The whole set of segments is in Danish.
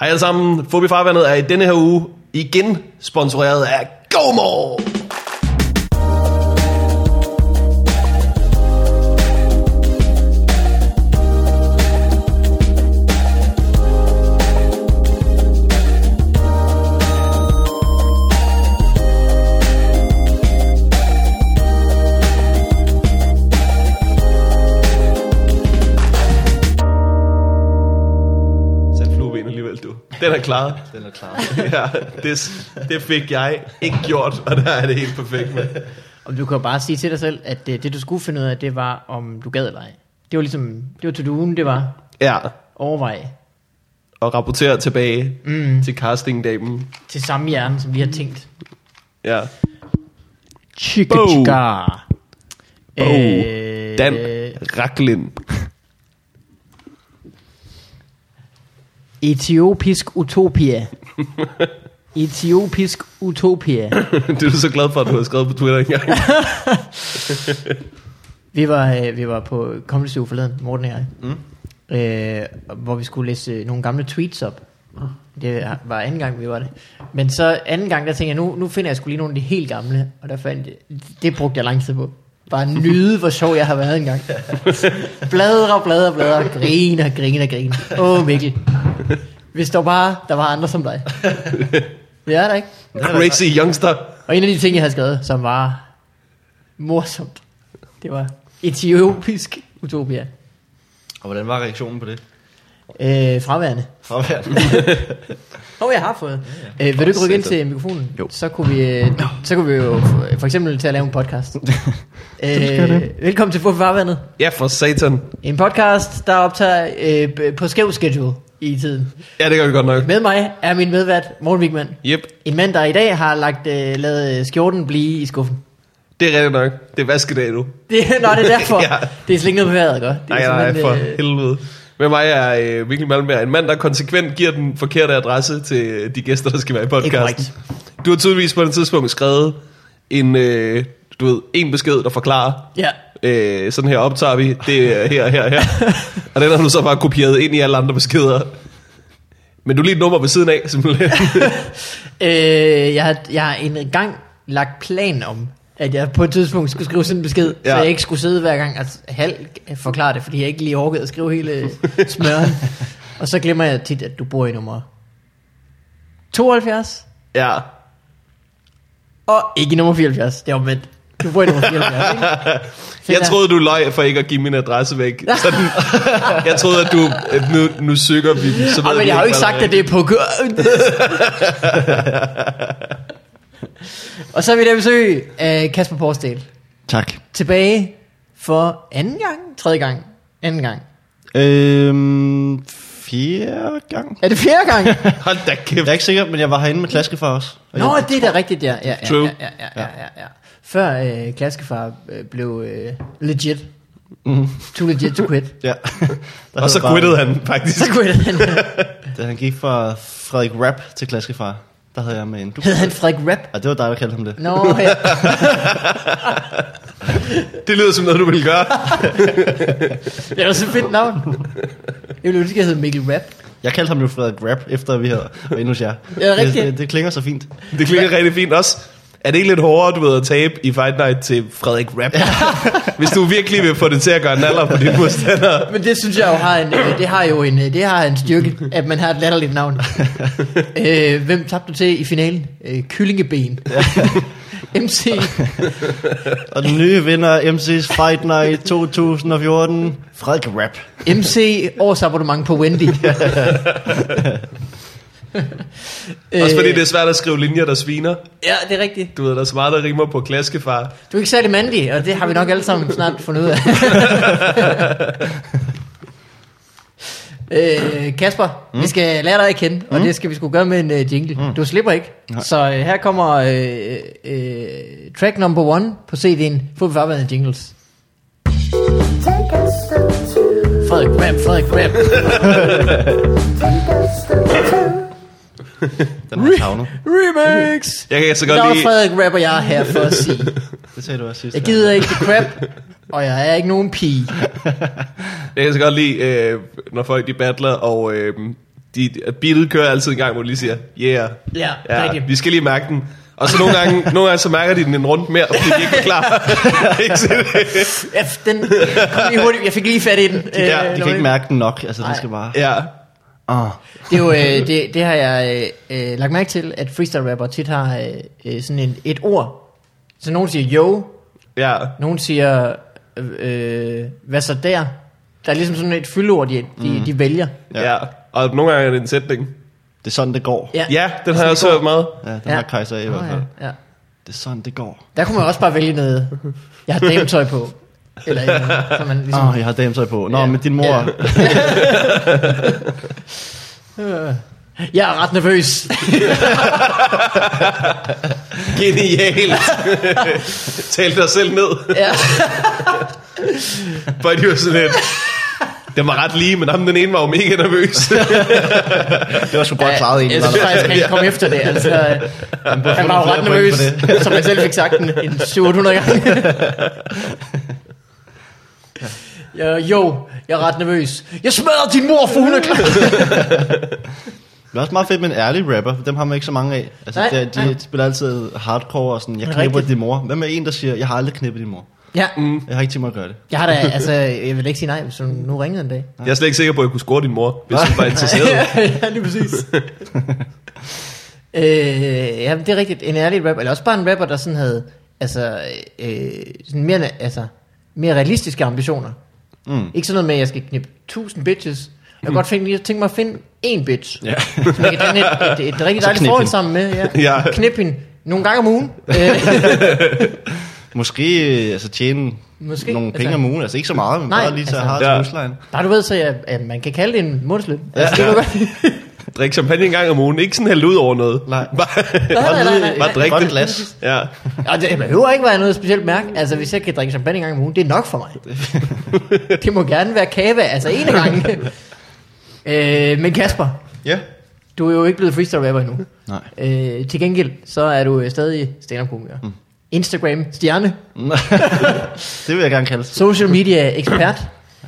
Hej alle sammen. Fobi Farvandet er i denne her uge igen sponsoreret af GOMO! Sat flueben alligevel, du. Den er klaret. Den er klar. Ja, det, det fik jeg ikke gjort, og der er det helt perfekt med. Om du kan jo bare sige til dig selv, at øh, det, det du skulle finde ud af, det var, om du gad eller ej. Det var ligesom, det var to-do'en, det var Ja, overvej og rapportere tilbage mm. til castingdamen. til samme hjerne, som vi har tænkt. Ja. Chicka Bo. chicka. Bo. Øh, Dan Raklin. Etiopisk utopia. Etiopisk utopia. Det er du så glad for, at du har skrevet på Twitter engang. Vi var, øh, vi var på Comedy Zoo forleden, Morten og jeg, mm. øh, hvor vi skulle læse øh, nogle gamle tweets op. Det var anden gang, vi var det. Men så anden gang, der tænkte jeg, nu, nu finder jeg skulle lige nogle af de helt gamle, og der fandt jeg, det brugte jeg lang tid på. Bare nyde, hvor sjov jeg har været engang. Bladre, bladre, bladre, griner, griner, griner. Åh, Mikkel. Hvis der bare, der var andre som dig. Det er der ikke. Crazy youngster. Og en af de ting, jeg havde skrevet, som var morsomt, det var etiopisk utopia. Og hvordan var reaktionen på det? Øh, fraværende. Fraværende. Åh, oh, jeg har fået. Øh, vil du ikke rykke ind til mikrofonen? Jo. Så kunne vi, øh, så kunne vi jo f- for eksempel til at lave en podcast. øh, velkommen til Fuff Farvandet. Ja, for satan. En podcast, der optager øh, b- på skæv schedule i tiden. Ja, det gør vi godt nok. Med mig er min medvært, Morten Wigman. Yep, En mand, der i dag har lagt, øh, lavet skjorten blive i skuffen. det er rigtigt nok. Det er vaskedag nu. Det, nå, det er derfor. Ja. ja. Det er slet ikke noget med vejret at gøre. Det er Nej, nej, simpelthen, for øh, helvede. Med mig er øh, Mikkel Malmberg, en mand, der konsekvent giver den forkerte adresse til øh, de gæster, der skal være i podcasten. Det Du har tydeligvis på et tidspunkt skrevet en, øh, du ved, en besked, der forklarer, Ja, øh, sådan her optager vi, det er her, her, her. og den har du så bare kopieret ind i alle andre beskeder. Men du er lige et nummer ved siden af, simpelthen. øh, jeg, har, jeg har en gang lagt plan om, at jeg på et tidspunkt skulle skrive sådan en besked, ja. Ja. så jeg ikke skulle sidde hver gang og halv forklare det, fordi jeg ikke lige orkede at skrive hele smøren. og så glemmer jeg tit, at du bor i nummer 72, ja, og ikke i nummer 74. Det er omvendt. Du bor i nummer 74, ikke? Så jeg der- troede, du løg for ikke at give min adresse væk. Sådan, jeg troede, at du, at nu, nu søger vi dem. Så ved Ah, men vi jeg har jo hvad ikke sagt, der at det er på kø- Og så er vi der besøg af Kasper Porsdal. Tak. Tilbage for anden gang, tredje gang, anden gang. Øhm, fjerde gang? Er det fjerde gang? er. Hold da kæft. Jeg er ikke sikker, men jeg var herinde med klaskefar også. Og Nå, jeg, det er da rigtigt, ja. ja, ja, True. ja, ja, ja, ja, ja. Før øh, klaskefar øh, blev øh, legit. Mhm. Too legit to quit. ja. Der Og så hed bare- quittede han faktisk. Så quit han. Da han gik fra Frederik Rap til klaskefar, der havde jeg med en. Du, Hed han Frederik Rap? og det var dig, der kaldte ham det. Nå, ja. Det lyder som noget, du ville gøre. det var så fedt navn. Jeg ville ønske, at jeg hed Mikkel Rap. Jeg kaldte ham jo Frederik Rap, efter vi havde været endnu hos jer. Ja, rigtigt. Det, det, klinger så fint. Det klinger rigtig fint også. Er det ikke lidt hårdere, du ved, at tabe i Fight Night til Frederik Rapp? Hvis du virkelig vil få det til at gøre naller på dine modstandere. Men det synes jeg jo har en, øh, det har jo en, øh, det har en styrke, at man har et latterligt navn. øh, hvem tabte du til i finalen? Øh, kyllingeben. MC. Og den nye vinder af MC's Fight Night 2014, Frederik Rap. MC årsabonnement på Wendy. Også fordi det er svært at skrive linjer, der sviner. Øh, Ja, det er rigtigt. Du ved, der er så meget, der rimer på klaskefar. Du er ikke særlig mandig, og det har vi nok alle sammen snart fundet ud af. øh, Kasper, mm. vi skal lære dig at kende, Mm. og det skal vi skulle gøre med en uh, jingle. Mm. Du slipper ikke. Nej. Så uh, her kommer uh, uh, track number one på CD'en, Fuld Farvandet Jingles. Take us to, to, Frederik Rap, Frederik Rap. take us to, to. Den har jeg savnet. Remix! Jeg kan så Der godt er lide... Frederik Rap, og jeg er her for at sige, Det sagde du også sidst. jeg gider ikke det crap, og jeg er ikke nogen pige. Jeg kan så godt lide, øh, når folk de battler, og øh, de, beatet kører altid en gang, hvor de lige siger, yeah. Ja, Ja, rigtigt. vi skal lige mærke den. Og så nogle gange, nogle gange så mærker de den en rundt mere, fordi de ikke er klar. Ikke se det? Ja, f- den kom lige hurtigt. Jeg fik lige fat i den. Øh, De kan- De kan ikke mærke den nok, altså Nej. det skal bare... ja. Ah. Det, er jo, øh, det, det har jeg øh, øh, lagt mærke til, at freestyle rapper tit har øh, øh, sådan en, et ord. Så nogen siger yo, Ja. nogen siger, øh, øh, hvad så der? Der er ligesom sådan et fyldord, de, de, mm. de vælger. ja, ja. Og nogle gange er det en sætning. Det er sådan, det går. Ja, Ja, den har jeg også hørt meget. Ja, den Ja. ja. har Kaiser i hvert Nå, fald. ja, ja. Det er sådan, det går. Der kunne man også bare vælge noget. Jeg har dametøj på. Eller, et eller andet, så man ligesom... Åh, oh, jeg har dametøj på. Nå, Ja. ja. men din mor... Ja. Øh, Ah. Jeg er ret nervøs. Genialt. Tal dig selv ned. Ja. Bare de var sådan lidt. Den var ret lige, men ham den ene var jo mega nervøs. Det var sgu godt klaret egentlig. Jeg synes Lars. faktisk, han kom efter det. Altså, han var jo flere ret point nervøs, for som jeg selv fik sagt en, en 700 gange. Ja, jo, jeg er ret nervøs. Jeg smadrer din mor for 100 gange. Det er også meget fedt med en ærlig rapper, for dem har man ikke så mange af. Altså, Nej, nej, det, de nej. nej. spiller altid hardcore og sådan, jeg Men knipper rigtigt. din mor. Hvad med en, der siger, jeg har aldrig knippet din mor? Ja, Jeg har ikke tænkt mig at gøre det. jeg har da, altså, jeg vil da ikke sige nej, hvis hun nu ringede en dag. Jeg er slet ikke sikker på, at jeg kunne score din mor, hvis hun var interesseret. ja, lige præcis. øh, ja, men det er rigtigt. En ærlig rapper, eller også bare en rapper, der sådan havde altså, øh, sådan mere, altså, mere realistiske ambitioner. Mm. Ikke sådan noget med, at jeg skal knippe 1000 bitches. Jeg kunne godt finde, lige tænke mig at finde en bitch. Ja. Så man kan danne et, et, et rigtig dejligt knip forhold hende. sammen med. Ja. Ja. Knip hende nogle gange om ugen. Øh, Måske øh, altså, tjene Måske, Måske, nogle altså- penge om ugen. Altså ikke så meget, men Nej, nej, bare lige så altså- altså, har Ja. til huslejen. bare du ved, så jeg, at man kan kalde det en månedsløn. Altså, ja, det er godt. Drik champagne en gang om ugen. Ikke sådan hælde ud over noget. Nej. Bare, Nej, nej, nej, lige- bare nej. drik Godt det. glas. Ja. Og det behøver ikke være noget specielt mærke. Altså, hvis jeg kan drikke champagne en gang om ugen, det er nok for mig. det må gerne være kava, altså en gang. øh, men Kasper, Ja. du er jo ikke blevet freestyle rapper endnu. Nej. Øh, til gengæld, så er du øh, stadig stand komiker mm. Instagram stjerne, det vil jeg gerne kalde det. social media ekspert.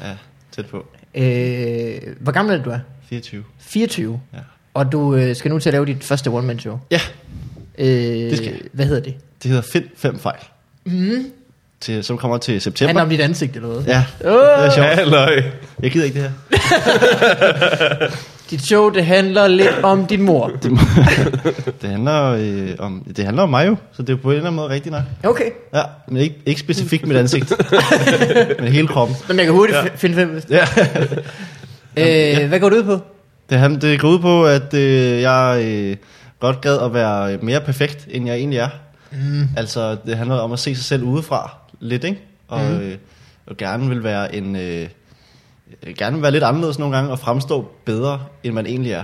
Ja, tæt på. øh, hvor gammel er det, du er? 24. 24. Ja. Og du øh, skal nu til at lave dit første one-man show. Ja, Øh, det skal jeg. Hvad hedder det? det hedder Find 5 fejl. Mm. Mhm. Til, som kommer til september. Handler om dit ansigt eller hvad? Ja, det er sjovt. Halløj. Jeg gider ikke det her. Dit show, det handler lidt om din mor. Det handler, øh, om, det handler om mig jo, så det er på en eller anden måde rigtigt nok. Okay. Ja, men ikke, ikke specifikt mit ansigt, men hele kroppen. Men jeg kan hurtigt ja. finde fem. Ja. Øh, hvad går det ud på? Det, han- det går ud på, at øh, jeg øh, godt gad at være mere perfekt, end jeg egentlig er. Mm. Altså, det handler om at se sig selv udefra lidt, ikke? Og, mm. øh, og gerne vil være en... Øh, øh, gerne vil være lidt anderledes nogle gange og fremstå bedre, end man egentlig er.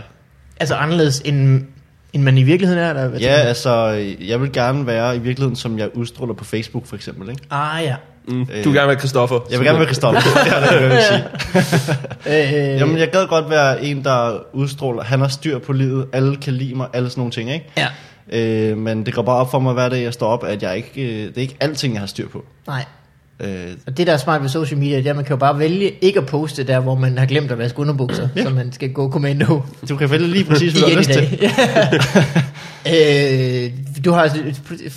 Altså anderledes, end, end man i virkeligheden er? Eller hvad Ja, tænker du? altså, øh, jeg vil gerne være i virkeligheden, som jeg udstråler på Facebook, for eksempel, ikke? Ah, ja. Mm. Du vil gerne være Christoffer. Jeg vil gerne være Christoffer. det er det, jeg vil sige. Øh, Jamen, jeg gad godt være en, der udstråler, han har styr på livet, alle kan lide mig, alle sådan nogle ting, ikke? Ja, Øh, men det går bare op for mig hver dag, jeg står op, at jeg ikke, øh, det er ikke alting, jeg har styr på. nej. Øh, Og det, der er smart ved social media, det er, at man kan jo bare vælge ikke at poste der, hvor man har glemt at vaske underbukser, ja. så man skal gå kommando du kan vælge lige præcis, hvad du har igen i lyst dag. til. øh, du har altså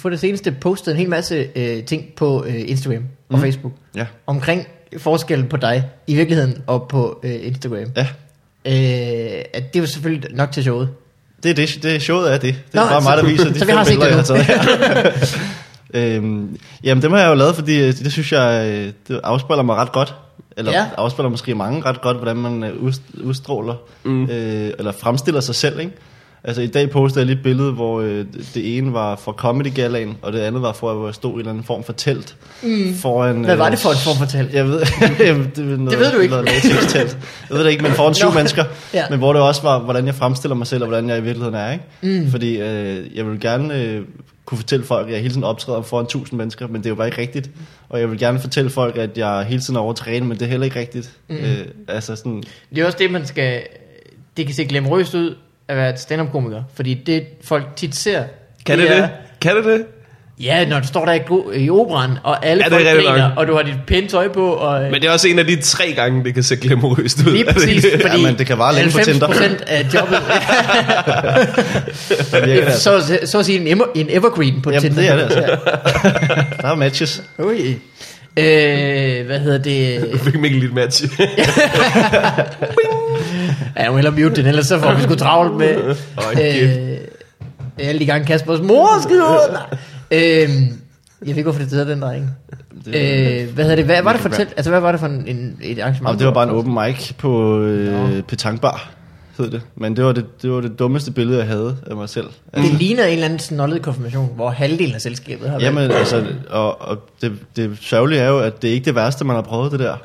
på det seneste postet en hel masse øh, ting på øh, Instagram og mm. Facebook Ja. omkring forskellen på dig i virkeligheden og på øh, Instagram. Ja, Øh, at det er jo selvfølgelig nok til showet. det er, det, det er showet af det. Det Nå, er Nå, bare altså, mig, der viser de så vi har fem set billeder, det jeg har taget. øhm, jamen, dem har jeg jo lavet, fordi øh, det synes jeg, øh, det afspejler mig ret godt. Eller Ja. ja. afspejler måske mange ret godt, hvordan man øh, udst- udstråler, mm. øh, eller fremstiller sig selv, ikke? Altså i dag postede jeg lige et billede, hvor øh, det ene var fra Comedy Galaen, og det andet var fra, hvor jeg stod i en eller anden form for telt. Mm. Foran, Hvad var øh, det for en form for telt? Jeg ved, jamen, det, er noget, Det ved du ikke. Noget latex-telt. Jeg ved det ikke, men foran syv Nå. mennesker. Ja. Ja. Men hvor det også var, hvordan jeg fremstiller mig selv, og hvordan jeg i virkeligheden er. Ikke? Mm. Fordi øh, jeg vil gerne øh, kunne fortælle folk, at jeg hele tiden optræder foran tusind mennesker, men det er jo bare ikke rigtigt. Og jeg vil gerne fortælle folk, at jeg hele tiden er overtrænet, men det er heller ikke rigtigt. Mm. Øh, altså sådan, Det er også det, man skal... Det kan se glemrøst ud at være et stand-up-komiker, fordi det folk tit ser... Kan det er, det? Kan det det? Ja, når du står der i, gro- i operan, og alle Ja, ja, det er folk rigtig griner, nok. og du har dit pæne tøj på, og øh, Men det er også en af de tre gange, det kan se glamorøst ud. lige Er det præcis, ikke det? fordi Jamen, det kan vare længe på Tinder. 90% af jobbet, Det virker det altså. så, så at sige en, ever, en evergreen på Jamen, Tinder. det er det altså. Ja. Der er matches. Ui. Øh, hvad hedder det? Jeg fik Mikkel lidt match. Ja, jeg må hellere mute den, ellers så får vi sgu travlt med Åh, øh, alle de gange Kaspers mor skide ud. Nej. Øh, jeg ved ikke, hvorfor det hedder den dreng. Det- Øh, hvad hedder det? Hvad var det for Mikkel et, altså, hvad var det for en, en, et arrangement? Jamen, det var bare en open mic på øh, Petangbar, hed det. Men det var det, det var det dummeste billede, jeg havde af mig selv. Altså, Det ligner en eller anden snollet konfirmation, hvor halvdelen af selskabet har været. Jamen, altså, og, og det, det sørgelige er jo, at det er ikke det værste, man har prøvet det der.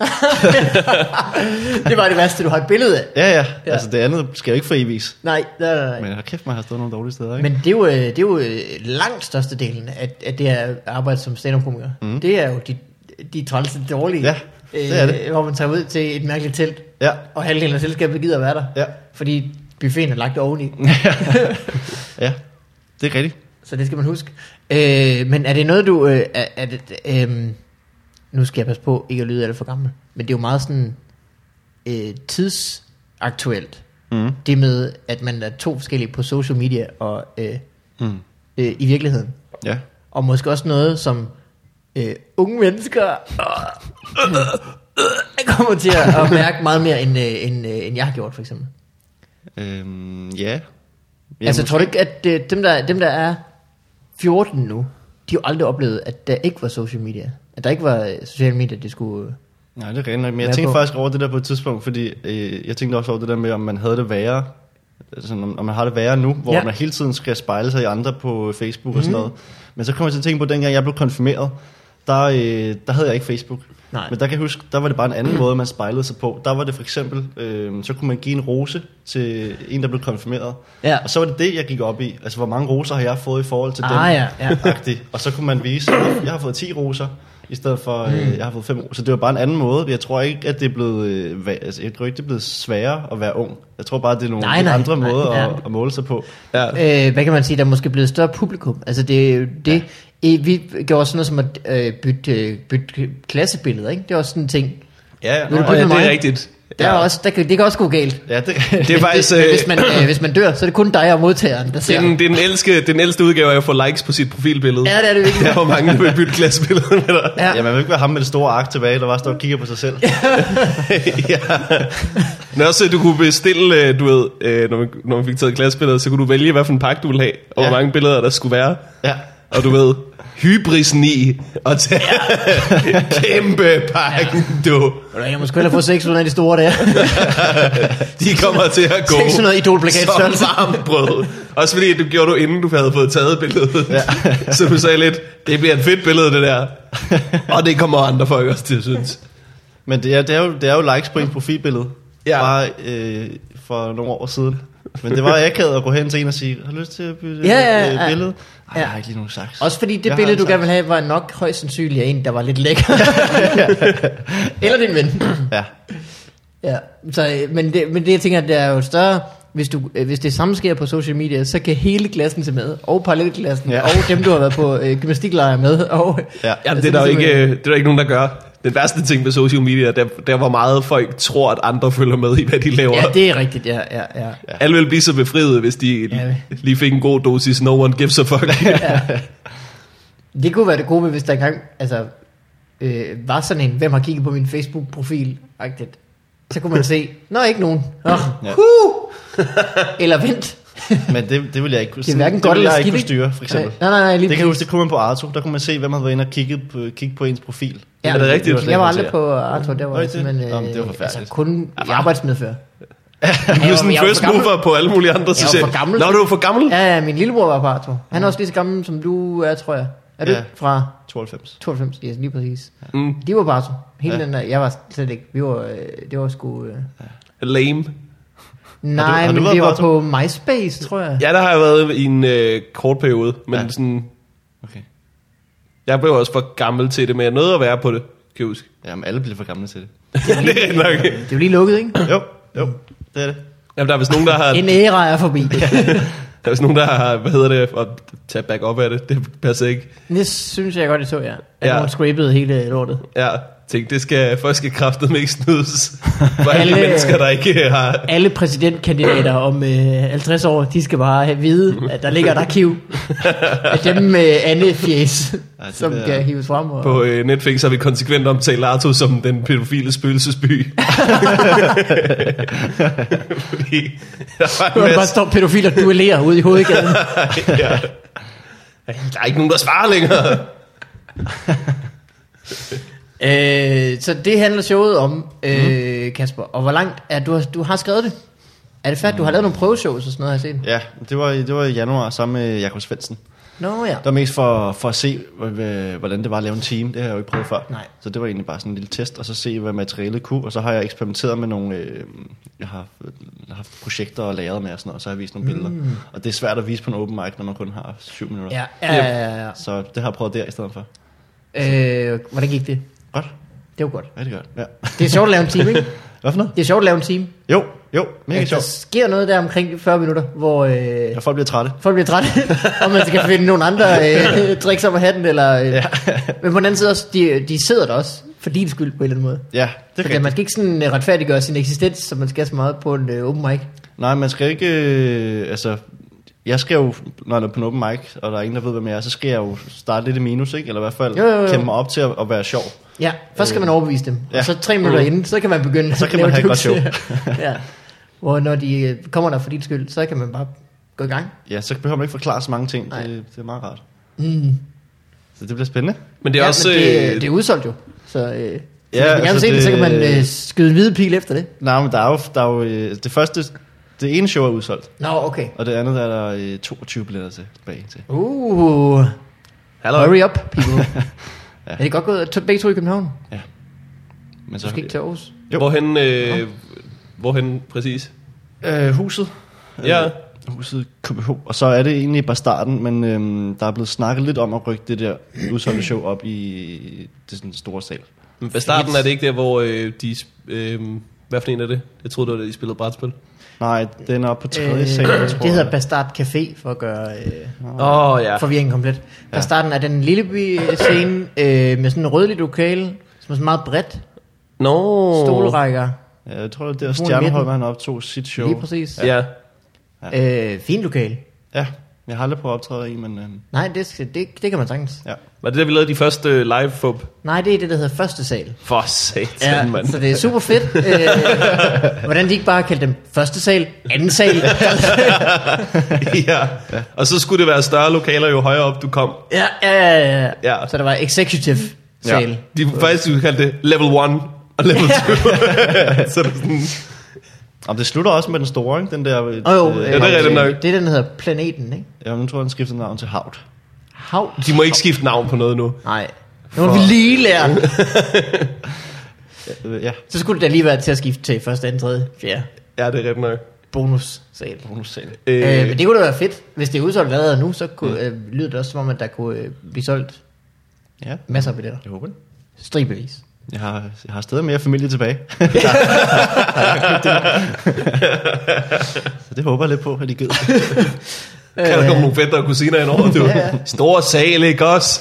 Det var det værste, du har et billede af. Ja, ja. Ja. Altså, det andet skal jo ikke frivis. Nej, nej, nej. nej. Men har kæft, man har stået nogle dårlige steder, ikke? Men det er jo, øh, det er jo øh, langt størstedelen af, af det her arbejde som stand-up-komiker. Mm. Det er jo de, de trælse dårlige, Mhm. øh, Ja, det er det. hvor man tager ud til et mærkeligt telt, Ja. og halvdelen af selskabet gider være der, Ja. fordi buffeten er lagt oveni, ja, det er rigtigt. så det skal man huske. Øh, men er det noget, du... Øh, er, er det, øh, nu skal jeg passe på ikke at lyde alt for gammel, men det er jo meget sådan øh, tidsaktuelt. Mm. Det med, at man er to forskellige på social media og øh, Mm. øh, i virkeligheden. Ja. Og måske også noget, som øh, unge mennesker øh, øh, kommer til at, at mærke meget mere, end, øh, end, øh, end jeg har gjort, for eksempel. Øhm, ja. Ja, altså, tror du ikke, at øh, dem, der, dem, der er 14 nu, de har jo aldrig oplevet, at der ikke var social media. At der ikke var øh, sociale medier, de skulle... Nej, det er rent nok. Men Hvad jeg tænkte på? faktisk over det der på et tidspunkt, fordi øh, jeg tænkte også over det der med, om man havde det værre. Altså, om, om man har det værre nu, hvor Ja. Mhm. ja. man hele tiden skal spejle sig i andre på Facebook mm. og sådan noget. Men så kom jeg til at tænke på, at dengang jeg blev konfirmeret, der, øh, der havde jeg ikke Facebook. Nej. Men der kan jeg huske, der var det bare en anden måde, man spejlede sig på. Der var det for eksempel, øh, så kunne man give en rose til en, der blev konfirmeret. Ja. Og så var det det, jeg gik op i. Altså, hvor mange roser har jeg fået i forhold til dem? Ah, ja, ja. agtig Og så kunne man vise, at jeg har fået 10 roser, i stedet for, Mm. øh, jeg har fået 5 roser. Det var bare en anden måde. Jeg tror ikke, at det er blevet, øh, va- altså, jeg tror ikke, det er blevet sværere at være ung. Jeg tror bare, det er nogle Nej, nej, nej, nej, andre nej, måder ja. at, at måle sig på. ja. Øh, hvad kan man sige, der er måske blevet et større publikum. Altså, det er jo det... Ja. Vi gjorde sådan noget som at øh, bytte, øh, bytte klassebilleder, ikke? Det er også sådan en ting. Ja, ja. Nu er Og ja, med det er mig. rigtigt. Der er også, der kan, det kan også gå galt. ja det, Det er faktisk... Men øh, hvis, man, øh, hvis man dør, så er det kun dig og modtageren, der ser. Den, den, elske, den ældste udgave er at få likes på sit profilbillede. Ja, det er det virkelig. Der er hvor mange, der vil bytte klassebilledet med dig. Ja. ja, man vil ikke være ham med det store ark tilbage, der bare står og kigger på sig selv. ja. Men også, du kunne bestille, øh, du ved, øh, når man, når man fik taget klassebilledet, så kunne du vælge, hvad for en pakke du ville have, og Ja. hvor mange billeder der skulle være. Ja. Og du ved, hybrisen i at tage kæmpe pakken, du. Ja. Jeg må sgu hellere få 600 af de store der. De kommer til at gå 600 idolplakat som størrelse. varmt brød. Også fordi, du gjorde du, inden du havde fået taget billedet. Ja. så du sagde lidt, det bliver et fedt billede, det der. Og det kommer andre folk også til at synes. Men det er, det, er jo, det er jo likes på en profilbillede. Ja. Ja. Bare øh, for nogle år siden. Men det var akavet at gå hen til en og sige, har du lyst til at bytte Ja, ja, øh, ja. billede? Ej, Ja. jeg har ikke lige nogen saks. Også fordi det Jeg har billede, en du saks. gerne ville have, var nok højst sandsynligt af en, der var lidt lækker. Eller din ven. Ja. ja. Så, øh, men, det, men det, jeg tænker, det er jo større... Hvis, du, øh, hvis det samme sker på social media, så kan hele klassen til med, og parallelklassen, ja. Ja. og dem, du har været på øh, gymnastiklejr med. Og, Ja. Jamen, Altså, det er der jo ligesom, ikke, øh, øh, det er der ikke nogen, der gør. Den værste ting med social media, der, der hvor meget folk tror, at andre følger med i, hvad de laver. Ja, det er rigtigt, ja. ja, ja. Alle vil blive så befriet, hvis de Ja. lige fik en god dosis no one gives a fuck. Det kunne være det gode ved, hvis der engang altså, øh, var sådan en, hvem har kigget på min Facebook-profil, agtigt. Så kunne man se, nå ikke nogen. Nå, ja. Ja. huh! Eller vent. Men det, det ville jeg ikke kunne, Det er sådan- hverken det godt ville eller jeg ikke skidt, ikke? kunne styre, for eksempel. Øh, Nej, nej, nej, lige det kan jeg præcis. huske, det kunne man på Arto. Der kunne man se, hvem havde været inde og kigget på, kigge på ens profil. Er det rigtigt? var slet Jeg var ikke aldrig håndtere. på øh, Arthur, der Nå, var det- jeg simpelthen Nå, men det var altså, forfærdeligt. kun i arbejdsmedfør. Du er sådan jeg en er jo first for gammel. mover på alle mulige andre er jo sociale. for gammel. Nå, du er for gammel? Ja, ja, min lillebror var på Arthur. Han er også lige så gammel, som du er, tror jeg. Er du Mm. Ja. ja. fra 92. 92? Ja, lige præcis. Mm. De var på Arthur. Hele Ja. den der, jeg var slet ikke. Vi var, øh, det var sgu... Øh. Lame. Nej, har du men været vi på var på Arthur? MySpace, tror jeg. Ja, der har jeg været i en øh, kort periode, men ja. Ja. sådan, Okay. jeg blev også for gammel til det, men jeg nåede at være på det, kan jeg huske. Jamen, alle blev for gamle til det. det er nok. Det var lige lukket, ikke? Jo, jo, det er det. Jamen, der er vist nogen, der har... En æra er forbi. Der er vist nogen, der har, hvad hedder det, at tage back op af det. Det passer ikke. Det synes jeg godt, det så, ja. At Ja. ja. hun scrapede hele lortet. Ja, tænkte, det skal, folk skal kraftedeme ikke snydes. For alle Alle- mennesker, der ikke har Alle præsidentkandidater om øh, 50 år, de skal bare have vide, at der ligger et arkiv af dem med øh, andet fjes, Ej, det som der- kan hives frem. Og... På øh, Netflix har vi konsekvent omtalt Arto som den pædofile spøgelsesby. Fordi der var Hvor en der bare masse, står pædofiler og duellerer ude i hovedgaden. ja. Der er ikke nogen, der svarer længere. øh, så det handler showet om, Mhm. øh, Kasper. Og hvor langt er du, du har skrevet det? Er det færdigt? Du har lavet nogle prøveshows og sådan noget, har jeg set. Ja, det var, det var i januar sammen med Jakob Svendsen. Nå ja. Det var mest for, for at se, h- h- hvordan det var at lave en team. Det har jeg jo ikke prøvet før. Nej. Så det var egentlig bare sådan en lille test, og så se, hvad materialet kunne. Og så har jeg eksperimenteret med nogle... Øh, jeg har øh, haft projekter og lavet med og sådan noget, og så har jeg vist nogle billeder. Og det er svært at vise på en open mic, når man kun har syv minutter. Mm. Ja, ja, ja, ja. Så det har jeg prøvet der i stedet for. Øh, hvordan gik det? Godt. Det var godt. Rigtig godt. Ja. Det er sjovt at lave en team, ikke? Hvad for noget? Det er sjovt at lave en team. Jo, jo. Mega Der sjovt. sker noget der omkring de 40 minutter, hvor øh, Ja, folk bliver trætte. folk bliver trætte, og man skal finde nogle andre øh, tricks op af hatten. Eller, øh. Ja. Men på den anden side, også, de, de sidder der også, for din skyld på en eller anden måde. Ja, det er Fordi rigtigt. man skal ikke sådan øh, retfærdiggøre sin eksistens, som man skal så meget på en øh, open mic. Nej, man skal ikke... Øh, altså, jeg skal jo, når jeg er på en open mic, og der er ingen, der ved, hvem jeg er, så skal jeg jo starte lidt i minus, ikke? Eller i hvert fald Jo, jo, jo. kæmpe mig op til at, at være sjov. Ja, først skal man overbevise dem, ja. Øh, ja. Øh. og så tre minutter inden, så kan man begynde Så at kan lave man have et godt jokes. ja. Hvor når de øh, kommer der for din skyld, så kan man bare gå i gang. Ja, så behøver man ikke forklare så mange ting. Nej. Det, det er meget rart. Mm. Så det bliver spændende. Men det er ja, ja, også... men det, øh, det er udsolgt jo. Så øh, ja, hvis man Ja, gerne vil altså se det, så kan man det- øh, skyde en hvide pil efter det. Nej, men der er jo... Der er jo øh, det første... Det ene show er udsolgt, Nå, okay. og det andet er der øh, 22 billetter til, tilbage til. Uh, Hallo. hurry up, people. ja. Er det godt gået? To- Begge to i København? Men Du skal ikke til Aarhus? Jo. Hvorhen, øh, hvorhen præcis? øh, huset. Ja. huset KBH. Og så er det egentlig bare starten, men øhm, der er blevet snakket lidt om at rykke det der udsolgte show op i det sådan store sal. Men Ved starten er det ikke der, hvor øh, de... Øh, hvad for en er det? Jeg troede, det var, da de spillede brætspil. Nej, den er oppe på tredje øh, Øh, sal, tror det hedder jeg. Bastard Café, for at gøre øh, Åh, oh, ja. forvirringen komplet. Bastarden er den lille by scene øh, med sådan en rødlig lokale, som er sådan meget bredt. Nå. Stolrækker. Ja, jeg tror, det er der Hun i Stjerneholm, midten. han optog sit show. Lige præcis. Ja. Øh, fin lokal. Ja, jeg har aldrig prøvet at optræde i, men øhm, Nej, det, skal- det, det kan man sagtens. ja. Var det der, vi lavede de første øh, live-fub? Nej, det er det, der hedder første sal. For satan, Ja, mand. så det er super fedt. Øh, hvordan de ikke bare kaldte dem første sal, anden sal. ja. Og så skulle det være større lokaler, jo højere op du kom. Ja, ja, ja, ja. Ja. ja. Så der var executive sal. Ja. De kunne faktisk kunne kalde det level 1 og level 2. så det er sådan, Og det slutter også med den store, ikke? Den der... Øh, Oh, jo, det er rigtigt nok. Det er den, der hedder Planeten, ikke? ja, nu tror jeg, han skifter navn til Havt. Hav. de må ikke skifte navn på noget nu. Nej. Nu må vi lige lære. Øh, ja, Så skulle det da lige være til at skifte til første, anden, tredje, fjerde Ja, det er ret nok. bonussal. bonussal. Øh, Mm. Øh, men det kunne da være fedt. Hvis det er udsolgt allerede nu, så kunne, øh, lyder det også som om, at der kunne øh, blive solgt Ja, masser af billetter. jeg håber det. Stribevis. Jeg har, jeg har stadig mere familie tilbage. så det håber jeg lidt på, at de gider. kan der komme nogle fætter og kusiner ind over, du? Ja, ja. Store sal, ikke også?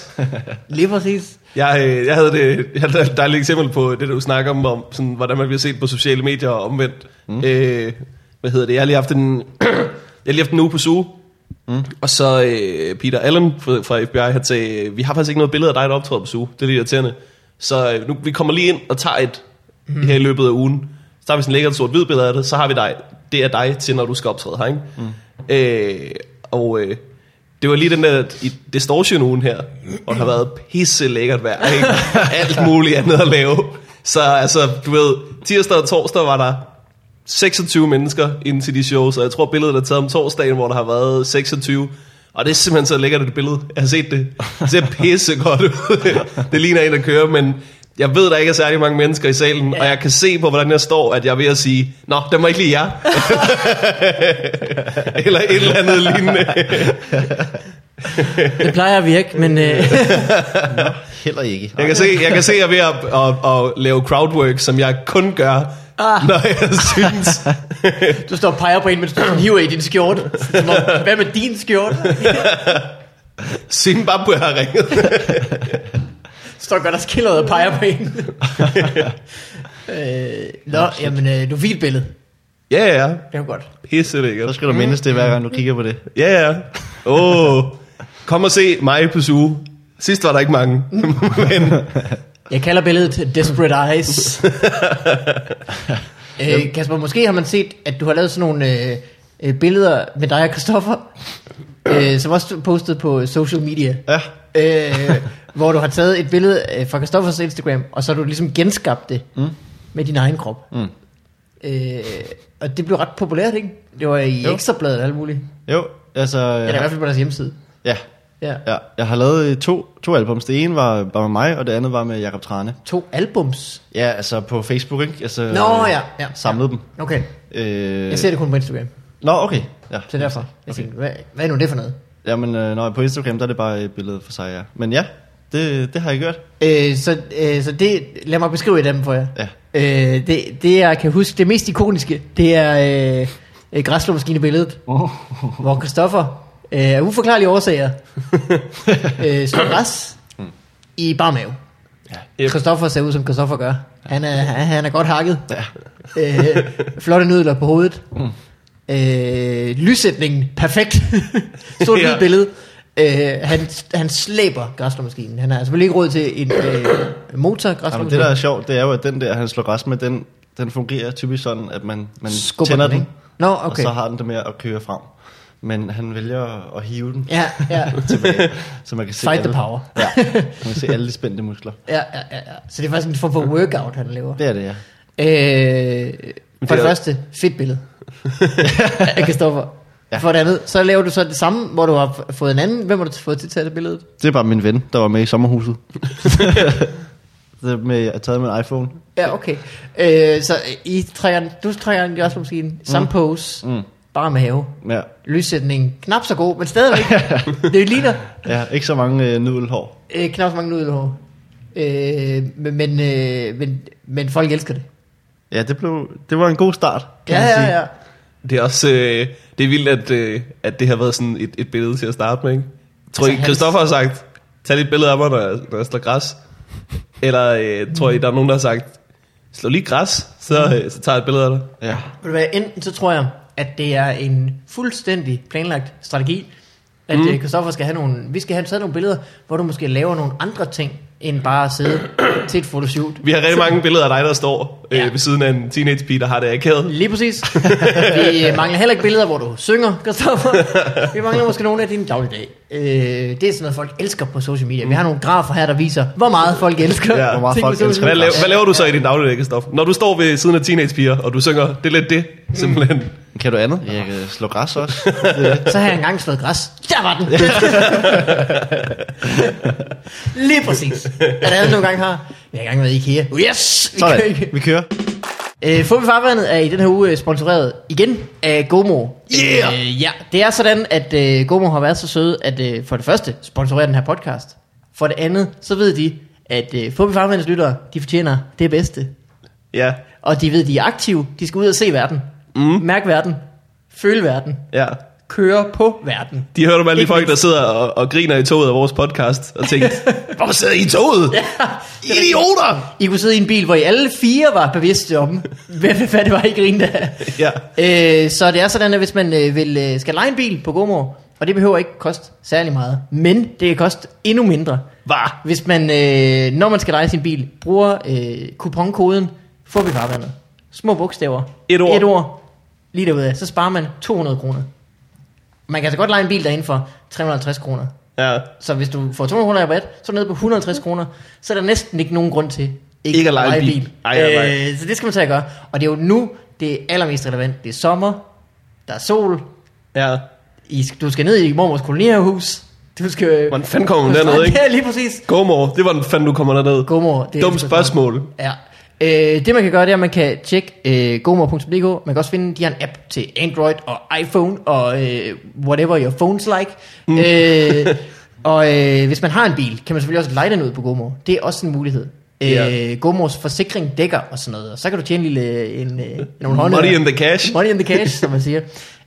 Lige præcis. Jeg, øh, jeg havde det, jeg havde et dejligt eksempel på det, du snakker om, om sådan, hvordan man bliver set på sociale medier og omvendt. Mm. Øh, hvad hedder det? Jeg har lige haft en, jeg har lige haft en uge på SUE, mm. og så øh, Peter Allen fra, fra FBI, han sagde, vi har faktisk ikke noget billede af dig, der optræder på SUE. Det er lidt irriterende. Så øh, nu, vi kommer lige ind og tager et mm. her i løbet af ugen. Så tager vi sådan en lækkert sort hvid billede af det, så har vi dig. Det er dig til, når du skal optræde her, ikke? Mm. Øh, og øh, det var lige den der i distortion ugen her, hvor der har været pisse lækkert vejr, ikke? Alt muligt andet at lave. Så altså, du ved, tirsdag og torsdag var der 26 mennesker inden til de shows, og jeg tror billedet er taget om torsdagen, hvor der har været 26. Og det er simpelthen så lækkert et billede. Jeg har set det. Det ser pisse godt ud. det ligner en, der kører, men jeg ved, der ikke er særlig mange mennesker i salen, og jeg kan se på, hvordan jeg står, at jeg er ved at sige, Nå, det var ikke lige jer. eller et eller andet lignende. Det plejer at virke, men øh, Heller ikke. Jeg kan se, jeg kan se, at jeg er ved at, at, at, at lave crowdwork, som jeg kun gør, Ah. når jeg synes. Du står og peger på en, mens du sådan hiver i din skjorte. Som om, Hvad med din skjorte? Zimbabwe har ringet. Står godt og skiller og peger på en. øh, nå, jamen, øh, du fik et billede. Ja, ja. Det var godt. Pisse Så lækkert. skal du mindes det, hver gang du kigger på det. Ja, ja. Åh. Oh. Kom og se mig på suge. Sidst var der ikke mange. Men Jeg kalder billedet Desperate Eyes. øh, Kasper, måske har man set, at du har lavet sådan nogle øh, øh, billeder med dig og Christoffer, øh, som også du postede på social media. Ja, øh, hvor du har taget et billede øh, fra Christoffers Instagram, og så har du ligesom genskabt det mm. med din egen krop. Mm. Øh, og det blev ret populært, ikke? Det var i Jo. Ekstrabladet og alt muligt. jo, altså... Ja. Eller i Ja, hvert fald på deres hjemmeside. ja, Ja. ja. jeg har lavet øh, to, to albums. Det ene var, var med mig, og det andet var med Jakob Trane. To albums. Ja, altså på Facebook, ikke? Altså, Nå øh, ja, ja. Samlede dem. Okay, Øh, jeg ser det kun på Instagram. Nå, okay. Ja. Så derfor. Jeg Øh, Okay. tænkte, hvad, hvad er nu det for noget? Jamen, øh, når jeg er på Instagram, der er det bare et billede for sig, ja. Men ja, det, det har jeg gjort. Øh, så, øh, så det, lad mig beskrive et af dem for jer. Ja. Øh, det, det, jeg kan huske, det mest ikoniske, det er øh, øh, græslåmaskine-billedet, Oh. hvor Christoffer øh, af uforklarlige årsager øh, slår græs i barmave. Ja. Yep. Christoffer ser ud, som Christoffer gør. Han er, han han er godt hakket. Ja. Øh, flotte nudler på hovedet. Mm. Øh, lyssætningen, perfekt. Stort Ja. ja. billede. Øh, han, han slæber græslåmaskinen. Han har selvfølgelig ikke råd til en øh, motor Jamen, det, der er græslåmaskine. sjovt, det er jo, at den der, han slår græs med, den, den fungerer typisk sådan, at man, man Skubber tænder den, den, ikke? Nå, og okay. så har den det med at køre frem. Men han vælger at hive den Ja, ja. tilbage, så man kan se, Fight the alle, power. Ja, man kan se alle de spændte muskler. Ja, ja, ja, ja. Så det er faktisk en form for workout, han laver. Det er det, ja. Øh, for er det jo- første, fedt billede af Kristoffer. Ja. Ja. For det andet, så laver du så det samme, hvor du har f- fået en anden. Hvem har du t- fået til at tage det billede? Det er bare min ven, der var med i sommerhuset. det er med, jeg har taget med en iPhone. Ja, okay. Øh, så I trækker, du trækker en græsmaskine, samme mm. pose, mm. bare med have. Ja, Lyssætningen, knap så god, men stadigvæk. det ligner ja ikke så mange øh, nudelhår. øh, knap så mange nudelhår. Øh, men, men, øh, men, men folk elsker det. Ja, det, blev, det var en god start, kan Ja, man sige. ja, ja. det er også øh, det er vildt, at, øh, at det har været sådan et, et billede til at starte med. Ikke? Jeg tror Altså, I, hans- Christoffer har sagt, tag lige et billede af mig, når jeg, når jeg slår græs? Eller øh, tror I, der er nogen, der har sagt, slå lige græs, Mhm. så, øh, så tager jeg et billede af dig? ja. Ved du hvad, enten så tror jeg, at det er en fuldstændig planlagt strategi, at mm. Christoffer skal have nogle, vi skal have taget nogle billeder, hvor du måske laver nogle andre ting, end bare at sidde til et photoshoot. Vi har rigtig mange billeder af dig, der står øh, Ja. ved siden af en teenage pige, der har det akavet. Lige præcis. Vi øh, mangler heller ikke billeder, hvor du synger, Christoffer. Vi mangler måske nogle af dine dagligdag. Øh, det er sådan noget, folk elsker på social media. Vi har nogle grafer her, der viser, hvor meget folk elsker. Ja, hvor meget ting på folk social elsker Hvad, media. laver, hvad laver du så i din dagligdag, Christoffer? Når du står ved siden af teenagepiger, og du synger, det er lidt det, Mhm. simpelthen. Kan du andet? Jeg kan slå græs også. Så har jeg engang slået græs. Der var den! Lige præcis. Er der andet, nogle gange har? Jeg har engang været i IKEA. Oh, Yes! Vi Sådan, kører ikke. vi kører. Øh, Fubi Farvandet er i den her uge øh, sponsoreret igen af GOMO. Yeah! Øh, ja, det er sådan, at øh, GOMO har været så søde, at øh, for det første sponsorerer den her podcast. For det andet, så ved de, at øh, Fubi Farvandets lyttere, de fortjener det bedste. Ja, Og de ved, de er aktive. De skal ud og se verden. Mm. Mærke verden. Føle verden. ja. Køre på verden. De har hørt om alle de Ikke folk, der sidder og, og griner i toget af vores podcast, og tænkt, hvorfor sidder I i toget? Idioter! I kunne sidde i en bil, hvor I alle fire var bevidste om, hvad, hvad det var, I grinede af. Ja. Øh, så det er sådan, at hvis man øh, vil, øh, skal lege en bil på GoMore, og det behøver ikke koste særlig meget, men det kan koste endnu mindre. Hvad? Hvis man, øh, når man skal leje sin bil, bruger øh, kuponkoden Forbifarvandet. Små bogstaver. Et ord. Et ord. Lige derude af. Så sparer man 200 kroner. Man kan altså godt lege en bil derinde for 350 kroner. Ja. Så hvis du får 200 kroner i rabat, så er du nede på 160 kroner. Så er der næsten ikke nogen grund til Ikke at leje en bil. Ej, ej, ej. Øh, så det skal man tage at gøre. Og det er jo nu, det er allermest relevant. Det er sommer, der er sol, Ja. I, sk- du skal ned i mormors kolonihavehus. Du skal... Hvordan fanden kommer man derned, ikke? Ja, lige præcis. Godmor, det var den fanden, du kommer derned. Gomor. Det er altså Dumt et spørgsmål. Ja. Øh, det man kan gøre, det er, at man kan tjekke øh, gomor.dk. Man kan også finde, de har en app til Android og iPhone og øh, whatever your phones like. Mm. Øh, og øh, hvis man har en bil, kan man selvfølgelig også lege den ud på Gomor. Det er også en mulighed. Øh, Ja. Gomors forsikring dækker og sådan noget. Og så kan du tjene en lille, en, øh, nogle håndører. Money in the cash. Money in the cash, som man siger.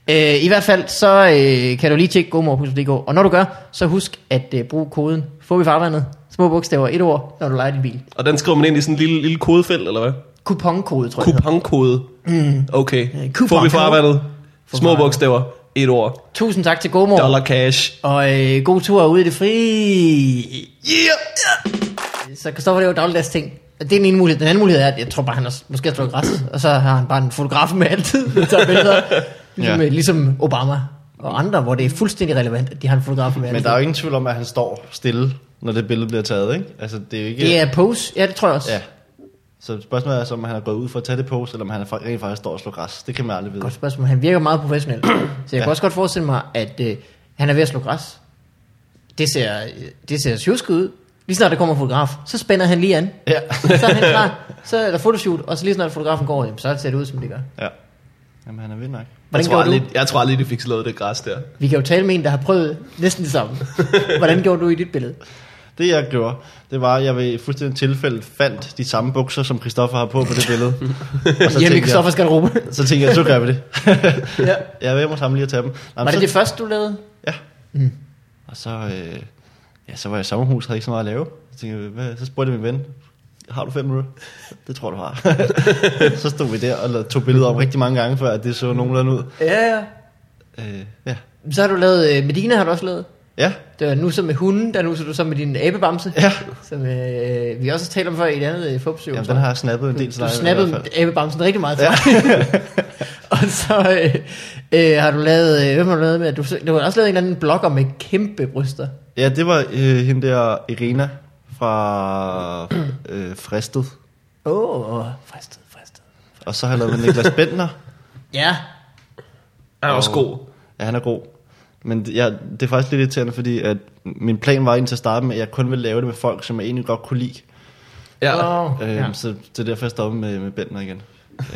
Øh, I hvert fald, så øh, kan du lige tjekke gomor.dk. Og når du gør, så husk at øh, bruge koden FOBI farvandet. Små bogstaver, et ord, når du leger din bil. Og den skriver man ind i sådan en lille, lille kodefelt, eller hvad? Kuponkode, tror jeg. det Kuponkode. Mm. Okay. kupon- Får vi farvandet. Små farvandet. bokstaver. Et ord. hedder. Tusind tak til Gomor. Dollar cash. Og øh, god tur ude i det frie. Så Kristoffer laver dagligdags ting. Det er den ene mulighed. Den anden mulighed er, at jeg tror bare, han har, måske har slået græs, og så har han bare en fotograf med altid, der tager billeder. Ligesom, Ja. ja. ligesom Obama og andre, hvor det er fuldstændig relevant, at de har en fotograf med Men altid. der er jo ingen tvivl om, at han står stille, når det billede bliver taget, ikke? Altså, det er jo ikke... Det er pose. Ja, det tror jeg også. Ja. Så spørgsmålet er, så, om han er gået ud for at tage det på, eller om han er- rent faktisk står og slår græs. Det kan man aldrig vide. Godt spørgsmål. Han virker meget professionel. Så jeg ja. Ja. kan også godt forestille mig, at øh, han er ved at slå græs. Det ser, øh, det ser sjusket ud. Lige snart der kommer en fotograf, så spænder han lige an. Ja. så er han klar. Så er der fotoshoot, og så lige snart fotografen går, jamen, så ser det ud, som det gør. ja. Jamen, han er vild nok. Jeg Hvordan tror, gjorde du? aldrig, jeg tror aldrig, de fik slået det græs der. Vi kan jo tale med en, der har prøvet næsten det samme. Hvordan gjorde du i dit billede? Det jeg gjorde, det var, at jeg ved fuldstændig tilfælde fandt de samme bukser, som Christoffer har på på det billede. og så Hjemme i tænkte, jeg, Christoffers garderobe. så tænkte jeg, så gør vi det. ja. Jeg er hjemme hos ham lige at tage dem. Nå, Var men det så, det første, du lavede? Ja. Mm. Og så, øh, ja, så var jeg i sommerhus, havde ikke så meget at lave. Så, tænkte jeg, hvad? så spurgte jeg min ven, har du fem minutter? Det tror du har. så stod vi der og la- tog billeder op rigtig mange gange, før at det så nogenlunde ud. Ja, ja. Øh, ja. Så har du lavet, øh, Medina har du også lavet. Ja, Det var nu så med hunden, der nu så du så med din abebamse. Ja. Som øh, vi også har talt om før i et andet øh, fupsøv. Jamen, den har jeg snappet en del til du dig. snappede abebamsen rigtig meget til ja. Og så øh, øh, har du lavet, øh, hvem har du lavet med? at Du, du har også lavet en eller anden blogger med kæmpe bryster. Ja, det var øh, hende der Irina fra øh, Fristet. Åh, oh, fristet, fristet. Og så har jeg lavet med Niklas Bentner. Ja, Han er også god. Ja, han er god. Men det- jeg, det er faktisk lidt irriterende, fordi at min plan var indtil at starte med, at jeg kun ville lave det med folk, som jeg egentlig godt kunne lide. Ja. Åh, Øhm, ja. ja. så, så derfor jeg stoppede med, med Bentner igen.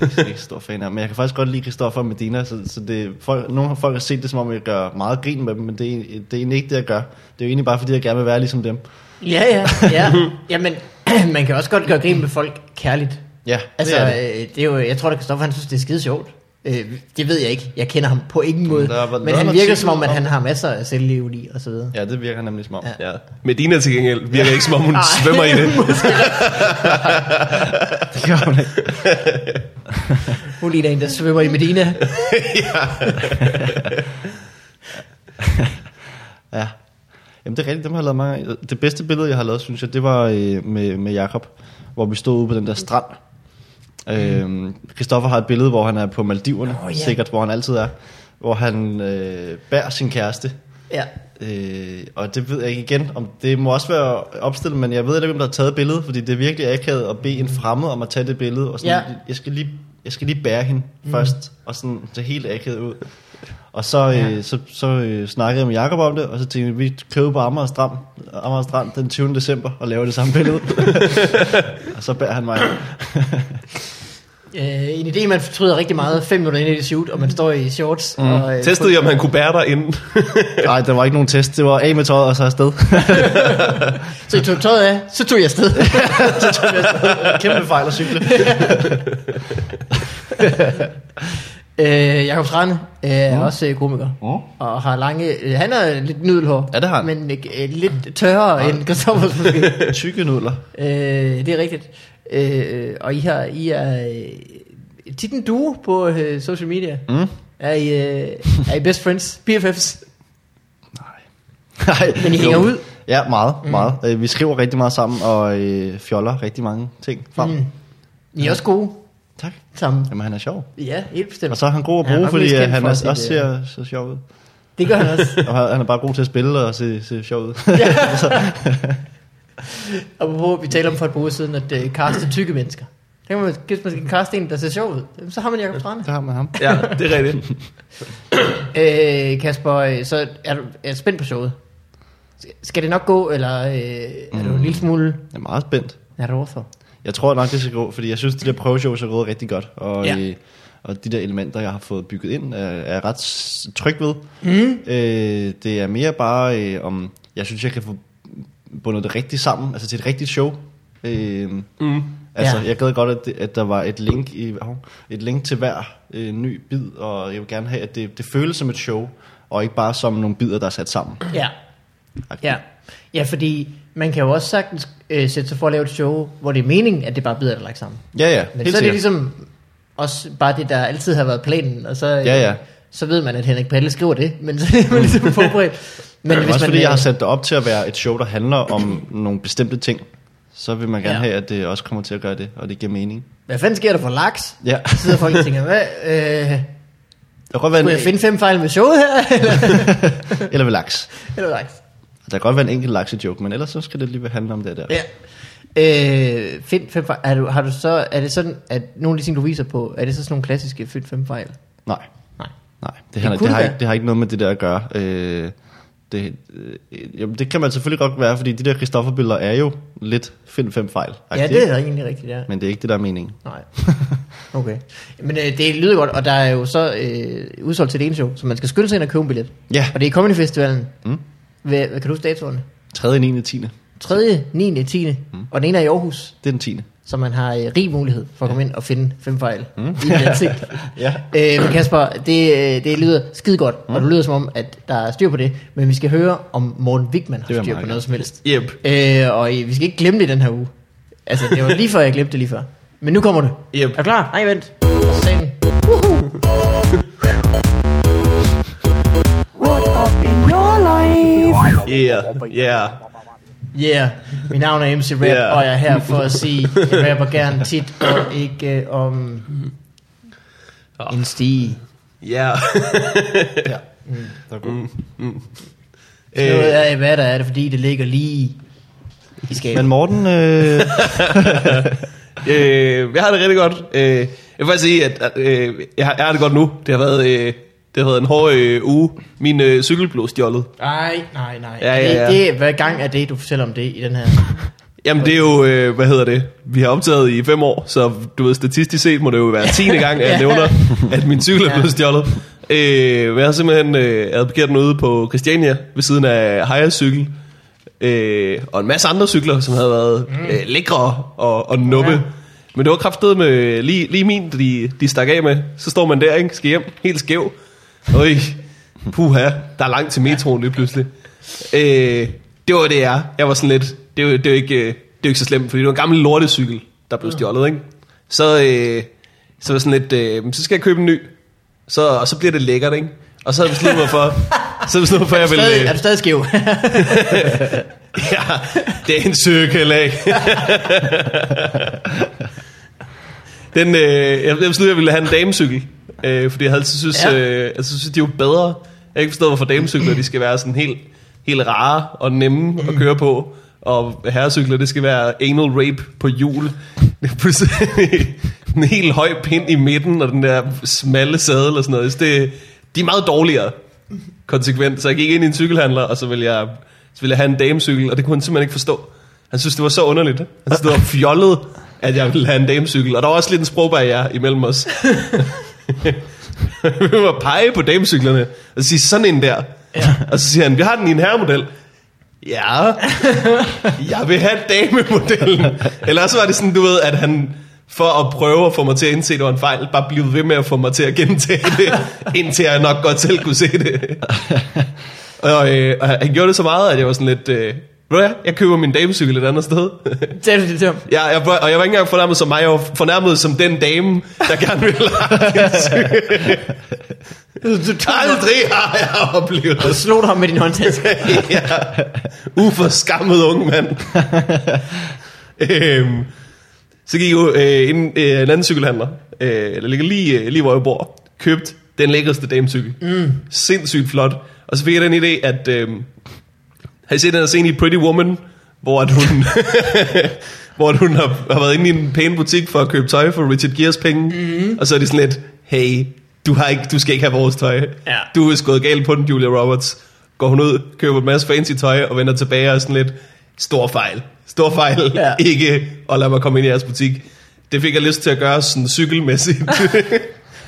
Jeg er ikke stor fan af ham, Men jeg kan faktisk godt lide Christoffer og Medina, så, så det, folk, nogle af folk har set det, som om jeg gør meget grin med dem, men det er, egentlig- det er egentlig ikke det, jeg gør. Det er jo egentlig bare, fordi jeg gerne vil være ligesom dem. Ja, ja, ja. Jamen, man kan også godt gøre grin med folk kærligt. Ja, Altså, det er det det. er, det. Øh, det er jo, jeg tror, at Kristoffer, han synes, det er skide sjovt. Øh, det ved jeg ikke. Jeg kender ham på ingen måde. der var- Men der han var virker artikel som om, at om- han har masser af selvliv i, og så videre. Ja, det virker nemlig som om. Ja. Ja. Ja. Medina til gengæld virker ikke, som om hun Ej. svømmer i det. Det gør hun ikke. Hun ligner en, der svømmer i Medina. Ja. Jamen det er rigtigt, dem har jeg lavet mange af. Det bedste billede, jeg har lavet, synes jeg, det var øh, med, med Jakob, hvor vi stod ude på den der strand. Øhm, Christoffer har et billede, hvor han er på Maldiverne, Nå, oh, ja. ja. sikkert, hvor han altid er. Hvor han øh, bærer sin kæreste. Ja. Øh, og det ved jeg ikke igen, om det må også være opstillet, men jeg ved ikke, om der er taget billedet, fordi det er virkelig akavet at bede en fremmed om at tage det billede. Og sådan, Ja. ja. jeg, skal lige, jeg skal lige bære hende mm. først, og sådan det er helt akavet ud. Og så, ja. øh, så, så øh, snakkede jeg med Jacob om det, og så tænkte vi, vi køber på Amager Strand, Amager Strand den 20. december og laver det samme billede. og så bærer han mig. Øh, en idé, man fortryder rigtig meget fem minutter ind i det shoot, og man står i shorts. Mm. Og, øh, Testede jeg, om han kunne bære dig inden. Nej, der var ikke nogen test, det var af med tøjet og så afsted. Så jeg tog tøjet af, så tog jeg afsted. Kæmpe fejl at cykle. øh, Jakob Trane øh, er også øh, komiker. Og har lange... Øh, han er lidt nydelhår. Ja, det har han. Men øh, lidt tørre end Christoffers måske. Tykke nudler. Øh, det er rigtigt. Øh, og I, har, I er øh, tit en duo på øh, social media. Mm. Er, I, øh, er I best friends? BFFs? Nej, Men I hænger ud? Ja, meget, mm. meget. Øh, vi skriver rigtig meget sammen og øh, fjoller rigtig mange ting frem. Mm. Mm. I er også gode Tak. sammen. Jamen, han er sjov. Ja, helt bestemt. Og så er han god at Ja, han er bruge, nok ja, fordi mest øh, kendt han for er, sit, også øh, ser så sjov ud. Det gør han også. Og han han er bare god til at spille og se, se sjov ud. Og hvor vi talte om for et par uger siden, at øh, kaste tykke mennesker. Det kan man, hvis man skal kaste en, der ser sjov ud, jamen, så har man Jacob Trane. det har man ham. ja, det er rigtigt. Øh, Kasper, øh, så er du er du spændt på showet. Skal det nok gå, eller øh, er du en lille Mm. smule... Jeg er meget spændt. Er du overfor? Jeg tror nok, det skal gå, fordi jeg synes, de der prøveshows er gået rigtig godt. Og, Ja. ja. øh, og de der elementer, jeg har fået bygget ind, er, er jeg ret s- tryg ved. Mm. Øh, det er mere bare øh, om, jeg synes, jeg kan få bundet det rigtigt sammen, altså til et rigtigt show. Øh, Mm. Altså, Ja. ja. jeg gad godt, at, det, at der var et link, i, hov, et link til hver øh, ny bid, og jeg vil gerne have, at det, det føles som et show, og ikke bare som nogle bidder, der er sat sammen. Ja. Ja. ja, fordi man kan jo også sagtens øh, sætte sig for at lave et show, hvor det er meningen, at det bare bliver lagt sammen. Ja, ja, Men helt så er det sikkert. ligesom også bare det, der altid har været planen, og så, Ja, ja. så ved man, at Henrik Palle skriver det, men så er man ligesom forberedt. Men Men også fordi øh, jeg har sat det op til at være et show, der handler om nogle bestemte ting, så vil man gerne Ja. ja. have, at det også kommer til at gøre det, og det giver mening. Hvad fanden sker der for laks? Ja. Så sidder folk og tænker, hvad, øh, Der kan godt være kunne jeg en, finde fem fejl med showet her? Eller, eller ved laks. eller laks? Der kan godt være en enkelt laksejoke, men ellers så skal det lige handle om det der. Ja. Øh, find fem fejl. Er, du, har du så, er det sådan, at nogle af de ting, du viser på, er det så sådan nogle klassiske find fem fejl? Nej. Nej. Nej, det, handler, det, kunne det, har være. ikke, det har ikke noget med det der at gøre. Øh, det, øh, jamen, det kan man selvfølgelig godt være, fordi de der Christoffer-billeder er jo lidt find fem fejl. Ja, det er egentlig rigtigt, ja. Men det er ikke det, der er meningen. Nej. Okay. Men øh, det lyder godt, og der er jo så øh, udsolgt til det ene show, så man skal skynde sig ind og købe en billet. Ja. Og det er i Comedy Festivalen. Mm. Hvad, hvad kan du huske datorerne? 3. 9. 10. Det 3., 9., 10. Mm. Og den ene er i Aarhus, er den 10. så man har øh, rig mulighed for at komme ind og finde fem fejl mm. i din ansigt. Ja. øh, men Kasper, det, øh, det lyder skide godt, mm. og det lyder som om, at der er styr på det. Men vi skal høre, om Morten Wigman Det vil har jeg styr på meget noget som helst. Yep. Øh, og I, vi skal ikke glemme det i den her uge. Altså, det var lige før, jeg glemte det lige før. Men nu kommer det. Yep. Er du klar? Nej, vent. Sagen. What up in your life? Yeah, yeah. Yeah, mit navn er MC Rap, yeah. Yeah. og jeg er her for at sige, jeg rapper gerne tit, og ikke øh, om en stige. Yeah. Der er god. Mm. Øh, Så noget af, hvad der er det, fordi det ligger lige i skabet. Men Morten, øh, Øh, jeg har det rigtig godt. Øh, jeg vil faktisk sige, at øh, jeg, har, jeg har det godt nu. Det har været, øh, det har været en hård øh, uge. Min øh, cykel blev stjålet. Nej, nej, nej. Ja, ja, ja. Det, det, hvad gang er det, du fortæller om det i den her? Jamen det er jo, øh, hvad hedder det, vi har optaget i fem år, så du ved, statistisk set må det jo være tiende gang, at jeg nævner, at min cykel er blevet stjålet. Øh, men jeg har simpelthen øh, jeg havde parkeret den ude på Christiania, ved siden af Hayas cykel, øh, og en masse andre cykler, som havde været øh, lækre og, og nuppe. Ja. Men det var kraftedet med lige, lige min, de, de stak af med. Så står man der, ikke? skal hjem, helt skæv. Øj, puha, der er langt til metroen lige pludselig. Øh, det var det, jeg. Jeg var sådan lidt, det var, det var, ikke, øh, det var ikke så slemt, fordi det var en gammel lortecykel, der blev stjålet, ikke? Så, øh, så var jeg sådan lidt, øh, så skal jeg købe en ny. Så, og så bliver det lækkert, ikke? Og så havde jeg besluttet mig for, så havde jeg besluttet mig for, at jeg ville... Stadig, øh, er du stadig skæv? Ja, det er en cykel, ikke? Den, øh, jeg, jeg besluttede, at jeg ville have en damecykel, øh, fordi jeg havde altid synes, Ja. ja. øh, jeg synes, de er jo bedre. Jeg har ikke forstået, hvorfor damecykler de skal være sådan helt, helt rare og nemme at køre på, og herrecykler, det skal være anal rape på hjul. Det er pludselig en helt høj pind i midten, og den der smalle sadel og sådan noget. Jeg synes, det, de er meget dårligere konsekvent. Så jeg gik ind i en cykelhandler, og så ville jeg, så ville jeg have en damecykel, og det kunne han simpelthen ikke forstå. Han synes, det var så underligt. Han synes, det var fjollet, at jeg ville have en damecykel. Og der var også lidt en sprogbarriere imellem os. vi var pege på damecyklerne, og sige sådan en der. Ja. Og så siger han, vi har den i en herremodel. Ja, jeg vil have damemodellen. Eller også var det sådan, du ved, at han for at prøve at få mig til at indse, at det var en fejl, bare blev ved med at få mig til at gentage det, indtil jeg nok godt selv kunne se det. Og, øh, og han gjorde det så meget, at jeg var sådan lidt, øh, ved du hvad, jeg køber min damecykel et andet sted. Sagde du det til ham? jeg, jeg, var- og jeg var ikke engang fornærmet som mig, jeg var fornærmet som den dame, der gerne ville have en cykel. Aldrig har jeg oplevet Du slog dig ham med din håndtaske. ja. Uforskammet ung mand. øhm, så gik jeg ud, øh, en, øh, en anden cykelhandler, øh, der ligger lige, øh, lige hvor jeg bor, købt den lækreste damecykel. Mm. Sindssygt flot. Og så fik jeg den idé, at... Øh, har I set den her scene i Pretty Woman, hvor at hun, hvor at hun har, har været inde i en pæn butik for at købe tøj for Richard Gears penge, mm-hmm. og så er de sådan lidt, hey, du, har ikke, du skal ikke have vores tøj. Ja. Du er vist gået galt på den, Julia Roberts. Går hun ud, køber en masse fancy tøj og vender tilbage og er sådan lidt, stor fejl, stor fejl, Ja. ja. ikke at lade mig komme ind i jeres butik. Det fik jeg lyst til at gøre sådan cykelmæssigt.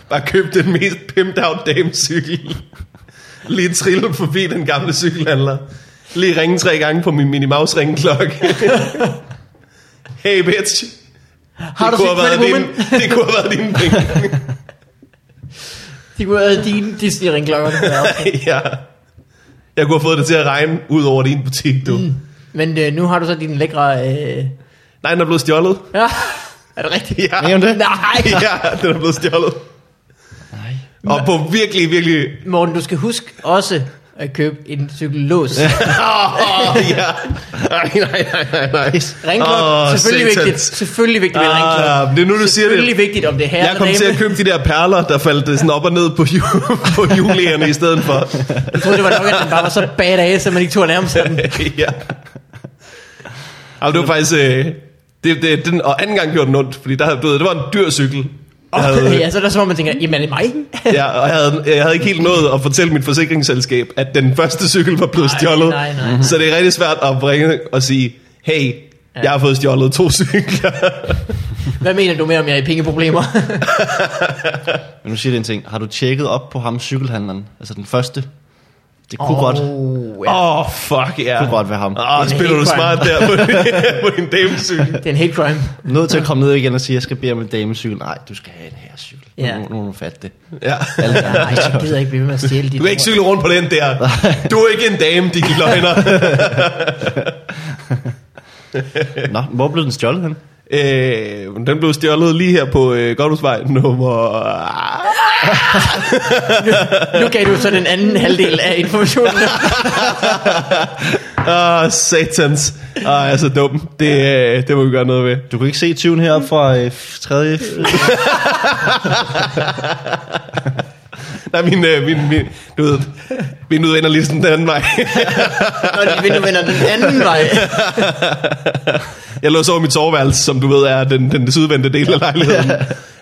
Bare købe den mest pimped out damecykel. Lige trille forbi den gamle cykelhandler. Lige ringe tre gange på min Minnie Mouse ringeklokke. hey bitch, Har det, du kunne have set været Pretty Woman? din, det kunne have været dine penge. De kunne have dine Disney-ringklokker. der var op. ja. Jeg kunne have fået det til at regne ud over din butik, du. Mm. Men øh, nu har du så din lækre... Øh... Nej, den er blevet stjålet. Ja, er det rigtigt? Ja. Mener du det? Nej! ja, den er blevet stjålet. Nej. Og på virkelig, virkelig... Morten, du skal huske også at købe en cykellås. Ja. Åh, ja. Nej, nej, nej, nej, nej. Ringklokke, Åh, oh, selvfølgelig satans. vigtigt. Selvfølgelig vigtigt med en ringklokke. Ah, det er nu, du siger det. Selvfølgelig vigtigt, om det er herre Jeg kom eller til at dame. købe de der perler, der faldt øh, sådan op og ned på, ju- på julerne i stedet for. Jeg troede, det var nok, at den bare var så badass, at man ikke tog nærmest den. ja. Jamen, det var faktisk... Øh, det, det, den, og anden gang gjorde den ondt, fordi der havde, du ved, det var en dyr cykel. Jeg havde, ja, så er der som om, man tænker, jamen er det mig? ja, og jeg havde, jeg havde ikke helt nået at fortælle mit forsikringsselskab, at den første cykel var blevet Nej, stjålet. nej, nej. Så det er rigtig svært at bringe og sige, hey, Ja. jeg har fået stjålet to cykler. Hvad mener du med, om jeg er i pengeproblemer? Men nu siger det en ting. Har du tjekket op på ham, cykelhandleren? Altså den første? Det kunne, oh. godt, det Oh, ja. Åh, oh, fuck ja. Yeah. kunne godt være ham. Åh, oh, Det er spiller du helt smart der på, din- på din damecykel. Det er en hate crime. Nødt til at komme ned igen og sige, jeg skal bede om en damecykel. Nej, du skal have en herrecykel. Ja. Ja. Nu, nu, nu fat det. Ja. Ja, nej, jeg gider ikke blive ved med at stjæle dit Du kan ikke cykle rundt på den der. Du er ikke en dame, de løgner. Nå, hvor blev den stjålet hen? øh, men den blev stjålet lige her på øh, Godhusvej nummer... Nu gav du så den anden halvdel af informationen. Ah, satans. Ah, jeg er så dum. Det, øh, det må vi gøre noget ved. Du kunne ikke se tyven heroppe fra øh, f- tredje... f- Nej, min, øh, min, min, du ved, min udvender lige sådan den anden vej. Når de vinde vender den anden vej. Jeg lå så i mit soveværelse, som du ved er den, den sydvendte del af lejligheden.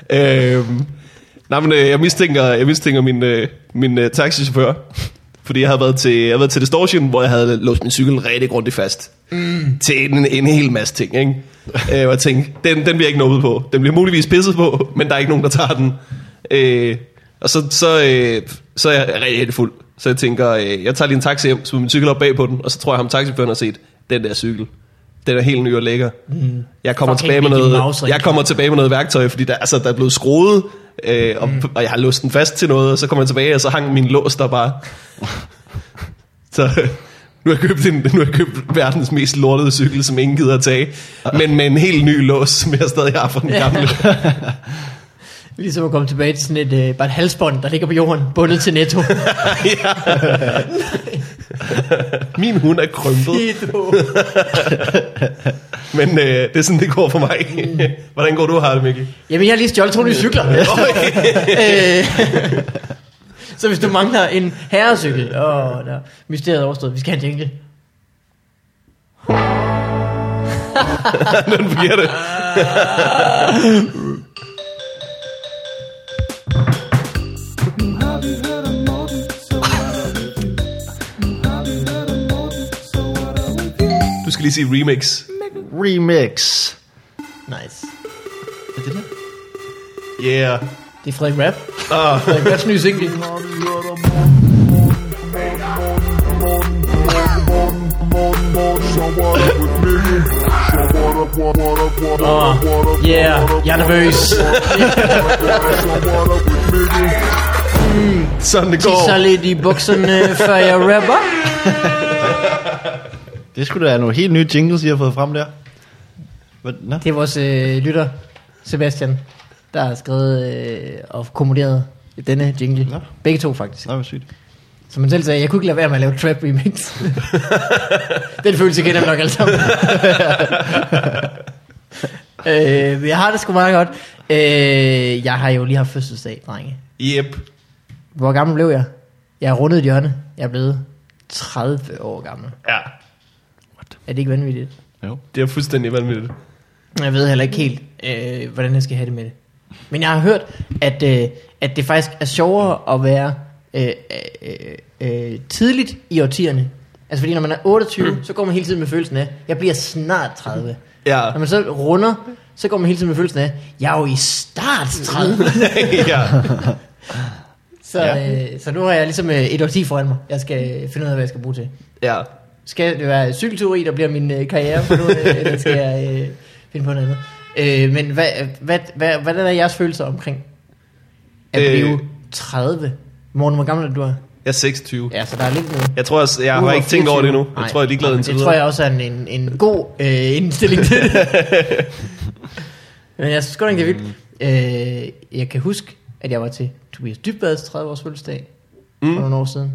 øhm, nej, men øh, jeg mistænker, jeg mistænker min, øh, min øh, taxichauffør. Fordi jeg havde været til, jeg havde været til Distortion, hvor jeg havde låst min cykel rigtig grundigt fast. Mm. Til en, en hel masse ting, ikke? øh, og jeg tænkte, den, den bliver ikke nået på. Den bliver muligvis pisset på, men der er ikke nogen, der tager den. Øh, og så, så, øh, så er jeg rigtig, rigtig fuld. Så jeg tænker, øh, jeg tager lige en taxi hjem, smider min cykel op bag på den, og så tror jeg, ham taxiføren har set, den der cykel, den er helt ny og lækker. Mm. Jeg kommer, Fucking tilbage med, Mickey noget, Mouse-ring. jeg kommer tilbage med noget værktøj, fordi der, altså, der er blevet skruet, øh, og, og jeg har låst den fast til noget, og så kommer jeg tilbage, og så hang min lås der bare. så øh, nu har jeg købt, en, nu har jeg købt verdens mest lortede cykel, som ingen gider at tage, men med en helt ny lås, som jeg stadig har fra den gamle. Ligesom at komme tilbage til sådan et, øh, bare et halsbånd, der ligger på jorden, bundet til netto. ja. Min hund er krympet. Men øh, det er sådan, det går for mig. Hvordan går du og har det, Mikkel? Jamen, jeg har lige stjålet to nye cykler. Øh, Så hvis du mangler en herrecykel, åh, der er mysteriet overstået. Vi skal have en jingle. Den bliver det. Du skal lige sige remix. Remix. Nice. Er det der? Yeah. Det er Frederik Rapp. Ah. Frederik Rapps nye single. Ah. Oh, Yeah, jeg er nervøs. Sådan det Tisser går. lidt i bukserne, før jeg rapper. Det skulle da være nogle helt nye jingles, I har fået frem der. Hvad? Nå? Det er vores øh, lytter, Sebastian, der har skrevet øh, og kommoderet denne jingle. Nå. Begge to faktisk. Nå, hvor sygt. Som han selv sagde, jeg kunne ikke lade være med at lave trap remix. Den følelse kender vi nok alle sammen. øh, men jeg har det sgu meget godt. Øh, jeg har jo lige haft fødselsdag, drenge. Yep. Hvor gammel blev jeg? Jeg er rundet et hjørne. Jeg er blevet 30 år gammel. Ja, Er det ikke vanvittigt? Jo. det er fuldstændig vanvittigt. Jeg ved heller ikke helt, øh, hvordan jeg skal have det med det. Men jeg har hørt, at, øh, at det faktisk er sjovere at være øh, øh, øh, tidligt i årtierne. Altså fordi når man er 28, så går man hele tiden med følelsen af, jeg bliver snart 30. Ja. Når man så runder, så går man hele tiden med følelsen af, jeg er jo i start 30. ja. Så, øh, så nu har jeg ligesom øh, et årti foran mig, jeg skal øh, finde ud af, hvad jeg skal bruge til. Ja. Skal det være cykelteori, der bliver min øh, karriere, for nu, øh, eller skal jeg øh, Find på noget andet. Øh, men hvad, hvad, hvad, hvad er jeres følelser omkring at Øh. blive 30? Morgen, hvor gammel er du? Jeg er 26. Ja, så der er lidt noget. Jeg tror også, jeg Du har var ikke tænkt over det 24. endnu. Jeg tror, jeg er ligeglad nej, indtil Det videre. tror jeg også er en, en, en god øh, indstilling til det. Men jeg synes godt, nok, det er vildt. Øh, jeg kan huske, at jeg var til Tobias Dybbads 30-års fødselsdag mm. for nogle år siden.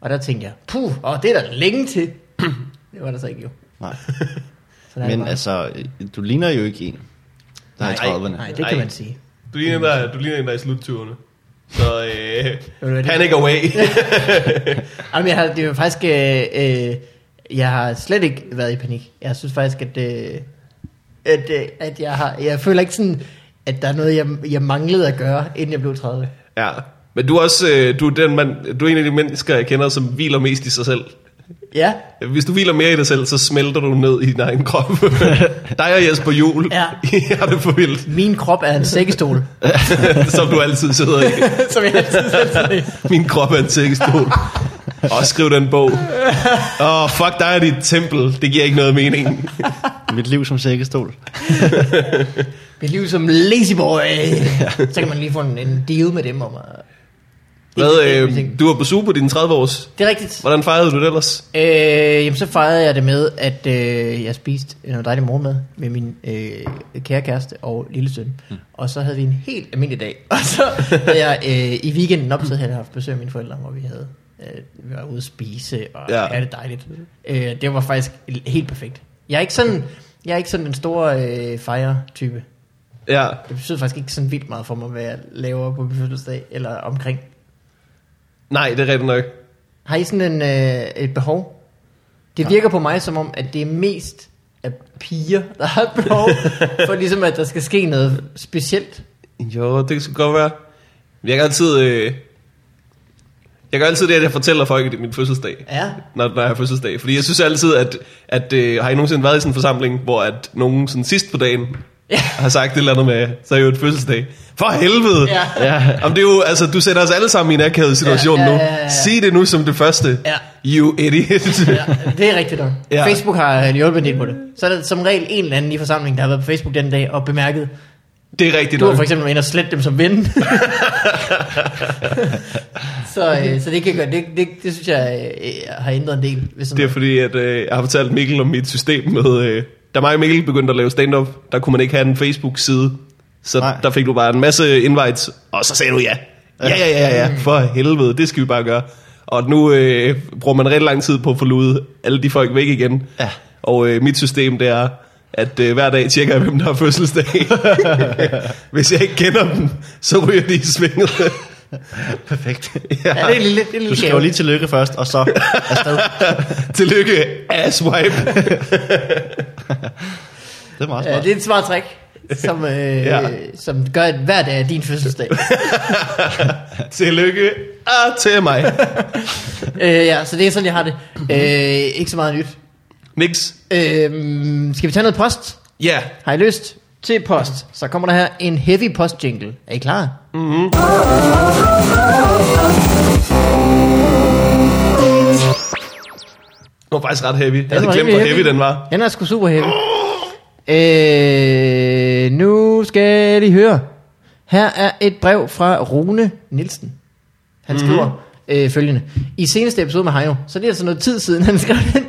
Og der tænkte jeg, puh, åh, det er der længe til. det var der så ikke jo. Nej. Så der er det Men bare- altså, du ligner jo ikke en, der er i Nej. 30'erne. Nej, det nej. kan man sige. Du ligner en, der, du ligner en, der er i sluttyverne. Så Ved du hvad, øh, det- panic away. Jamen, jeg har, det er jo faktisk... Øh, øh, jeg har slet ikke været i panik. Jeg synes faktisk, at... Øh, at, øh, at jeg har... Jeg føler ikke sådan, at der er noget, jeg, jeg manglede at gøre, inden jeg blev 30. ja. Men du er også øh, du er den mand, du er en af de mennesker, jeg kender, som hviler mest i sig selv. Ja, Hvis du hviler mere i dig selv, så smelter du ned i din egen krop. Dig og Jesper Juhl. Ja. I har det for vildt, min krop er en sækkestol, som du altid sidder i. som jeg altid selv sagde. Min krop er en sækkestol. Og skriv den bog. Åh, oh, fuck dig og dit tempel. Det giver ikke noget mening. Mit liv som sækkestol. Mit liv som lazy boy. Så kan man lige få en, en deal med dem om at... Hvad, Ikke- ikke- øh, du var på suge på din 30-års. Det er rigtigt. Hvordan fejrede du det ellers? Øh, jamen, så fejrede jeg det med, at øh, jeg spiste noget dejligt morgenmad med min øh, kære kæreste og lille søn. Mm. Og så havde vi en helt almindelig dag. Og så havde jeg øh, i weekenden op, så havde jeg haft besøg af mine forældre, hvor vi havde øh, vi var ude at spise, og Ja. ja. er det dejligt. Øh, det var faktisk helt perfekt. Jeg er ikke sådan, jeg er ikke sådan en stor øh, fejre-type. Ja. Det betyder faktisk ikke sådan vildt meget for mig, hvad jeg laver på min fødselsdag eller omkring. Nej, det er rigtigt nok. Har I sådan en, øh, et behov? Det virker på mig som om, at det er mest af piger, der har et behov, for ligesom at der skal ske noget specielt. Jo, det kan godt være. Men Jeg kan altid... Øh, jeg gør altid det, at jeg fortæller folk, at det er min fødselsdag. Ja. Når, når jeg har fødselsdag. Fordi jeg synes altid, at... at øh, har I nogensinde været i sådan en forsamling, hvor at nogen sådan sidst på dagen Ja. har sagt et eller andet med, så er jo et fødselsdag. For helvede! Ja. ja. Jamen, det er jo, altså, du sætter os alle sammen i en akavet situation Ja, ja, nu. ja, ja, ja. Sig det nu som det første. Ja. You idiot. Ja, det er rigtigt nok. Ja. Ja. Facebook har øh, hjulpet en del på det. Så er der som regel en eller anden i forsamlingen, der har været på Facebook den dag og bemærket, det er rigtigt du har nok. for eksempel været inde og slet dem som ven. så, øh, så det kan gøre, det, det, det synes jeg øh, har ændret en del. Hvis sådan Det er fordi, at øh, jeg har fortalt Mikkel om mit system med... Øh, da mig og Mikkel begyndte at lave stand-up, der kunne man ikke have en Facebook-side. Så Nej. Nej. der fik du bare en masse invites, og så sagde du ja. Ja, ja, ja, ja. For helvede, det skal vi bare gøre. Og nu øh, bruger man rigtig lang tid på at få luet alle de folk væk igen. Ja. Og øh, mit system, det er, at øh, hver dag tjekker jeg, hvem der har fødselsdag. Hvis jeg ikke kender dem, så ryger de i svinget. Perfekt. ja. Ja, det er en lille, det er en Du lille skriver gave. lige tillykke først, og så afsted. Tillykke, asswipe. Det er meget Ja, smart. det er et smart trick, som, øh, Ja. ja. som gør, at hver dag er din fødselsdag. Tillykke, og til mig. øh, ja, så det er sådan, jeg har det. Øh, ikke så meget nyt. Nix. Øh, skal vi tage noget post? Ja. Yeah. Har I lyst til post? Så kommer der her en heavy post jingle. Er I klar? Den var faktisk ret heavy. Jeg Den havde var glemt, hvor rimelig heavy den var. Den er sgu super heavy. Øh, nu skal I høre. Her er et brev fra Rune Nielsen. Han skriver øh, følgende. I seneste episode med Heino, så det er altså noget tid siden, han skrev den,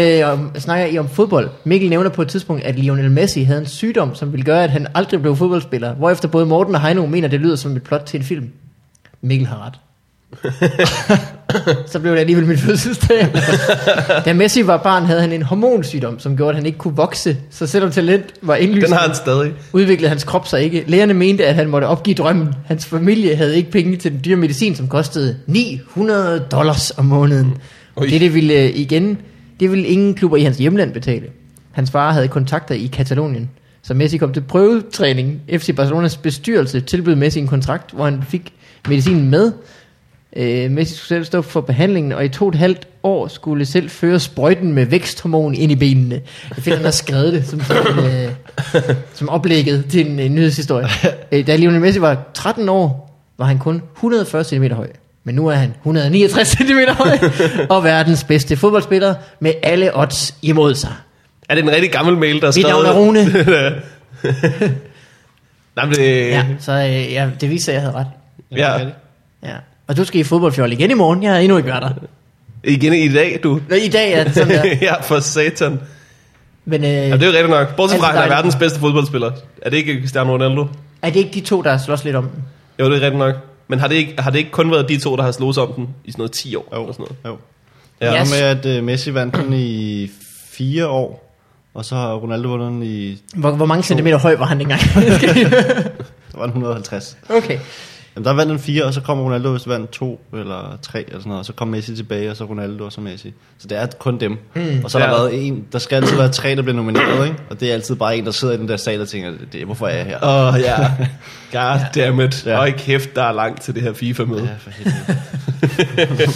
øh, om, snakker I om fodbold. Mikkel nævner på et tidspunkt, at Lionel Messi havde en sygdom, som ville gøre, at han aldrig blev fodboldspiller. Hvorefter både Morten og Heino mener, det lyder som et plot til en film. Mikkel har ret. så blev det alligevel min fødselsdag. da Messi var barn, havde han en hormonsygdom, som gjorde, at han ikke kunne vokse. Så selvom talent var indlysende, Den har han stadig. udviklede hans krop sig ikke. Lægerne mente, at han måtte opgive drømmen. Hans familie havde ikke penge til den dyre medicin, som kostede 900 dollars om måneden. Ui. Det, det ville øh, igen, det ville ingen klubber i hans hjemland betale. Hans far havde kontakter i Katalonien. Så Messi kom til prøvetræning. FC Barcelonas bestyrelse tilbød Messi en kontrakt, hvor han fik medicinen med. Øh, Messi skulle selv stå for behandlingen, og i to og et halvt år skulle selv føre sprøjten med væksthormon ind i benene. Jeg finder, han har skrevet det som, som, øh, som oplægget til en, en nyhedshistorie. Øh, da Lionel Messi var 13 år, var han kun 140 cm høj. Men nu er han 169 cm høj og verdens bedste fodboldspiller med alle odds imod sig. Er det en rigtig gammel mail, der er Mit navn er skrevet- Rune. Nej, men det... Ja, så øh, ja, det viste sig, at jeg havde ret. Ja. det Ja. Og du skal i fodboldfjold igen i morgen. Jeg har endnu ikke været der. Igen i dag, du. Nå, I dag er det sådan der. ja, for satan. Men øh, Ja, det er jo rigtigt nok. Bortset fra, Altid at han er dejligt. verdens bedste fodboldspiller. Er det ikke Cristiano Ronaldo? er det ikke de to, der slås lidt om den? Jo, det er rigtigt nok. Men har det ikke, har det ikke kun været de to, der har slået om den i sådan noget 10 år? Jo, Eller sådan noget? jo. Ja. Ja. Yes. Yes. med, at øh, Messi vandt den i fire år, og så har Ronaldo vundet den i Hvor, hvor mange centimeter høj var han dengang? der var den 150. okay. Jamen, der vandt den fire, og så kom Ronaldo, hvis vandt to eller tre, eller sådan noget, og så kom Messi tilbage, og så Ronaldo, og så Messi. Så det er kun dem. Mm, og så har der Ja. været en, der skal altid være tre, der bliver nomineret, ikke? Og det er altid bare en, der sidder i den der sal og tænker, det, hvorfor er jeg her? Åh, oh, ja. God damn it. Ja. Ja. Og kæft, der er langt til det her FIFA-møde. Ja, for helvede.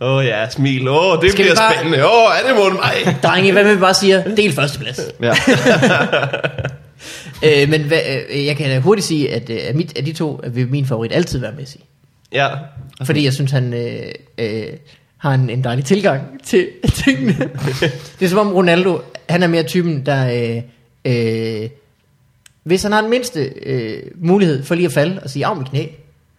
Åh oh, ja, smil. Åh, oh, det Skal Skal vi bliver bare- bare... spændende. Åh, oh, er det mod mig? Drenge, hvad vil vi bare sige? Del førsteplads. ja. Øh, men hvad, øh, jeg kan da hurtigt sige, at øh, af, mit, af de to øh, vil min favorit altid være Messi. Ja. Fordi jeg synes, han øh, øh, har en, en dejlig tilgang til tingene. det er som om Ronaldo, han er mere typen, der... Øh, øh, hvis han har den mindste øh, mulighed for lige at falde og sige, af mit knæ,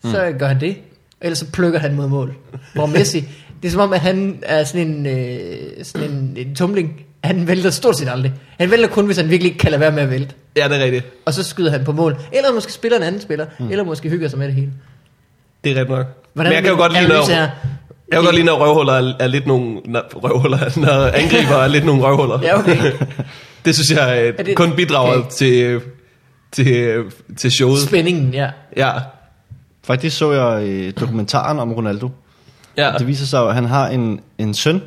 så gør han det. Ellers så plukker han mod mål. Hvor Messi, det er som om, at han er sådan en, øh, sådan en, en tumling. Han vælter stort set aldrig. Han vælter kun, hvis han virkelig ikke kan lade være med at vælte. Ja, det er rigtigt. Og så skyder han på mål. Eller måske spiller en anden spiller. Mm. Eller måske hygger sig med det hele. Det er rigtigt nok. Hvordan Men jeg kan jo godt lide, når, analyse er- jeg kan godt lide, når røvhuller er, er lidt nogle... Når, røvhuller, når angriber er lidt nogle røvhuller. Ja, okay. Det synes jeg Er er det- det... kun bidrager okay. okay. til, til, til showet. Spændingen, ja. Ja. Faktisk så jeg øh, dokumentaren om Ronaldo. ja. Det viser sig, jo, at han har en, en søn.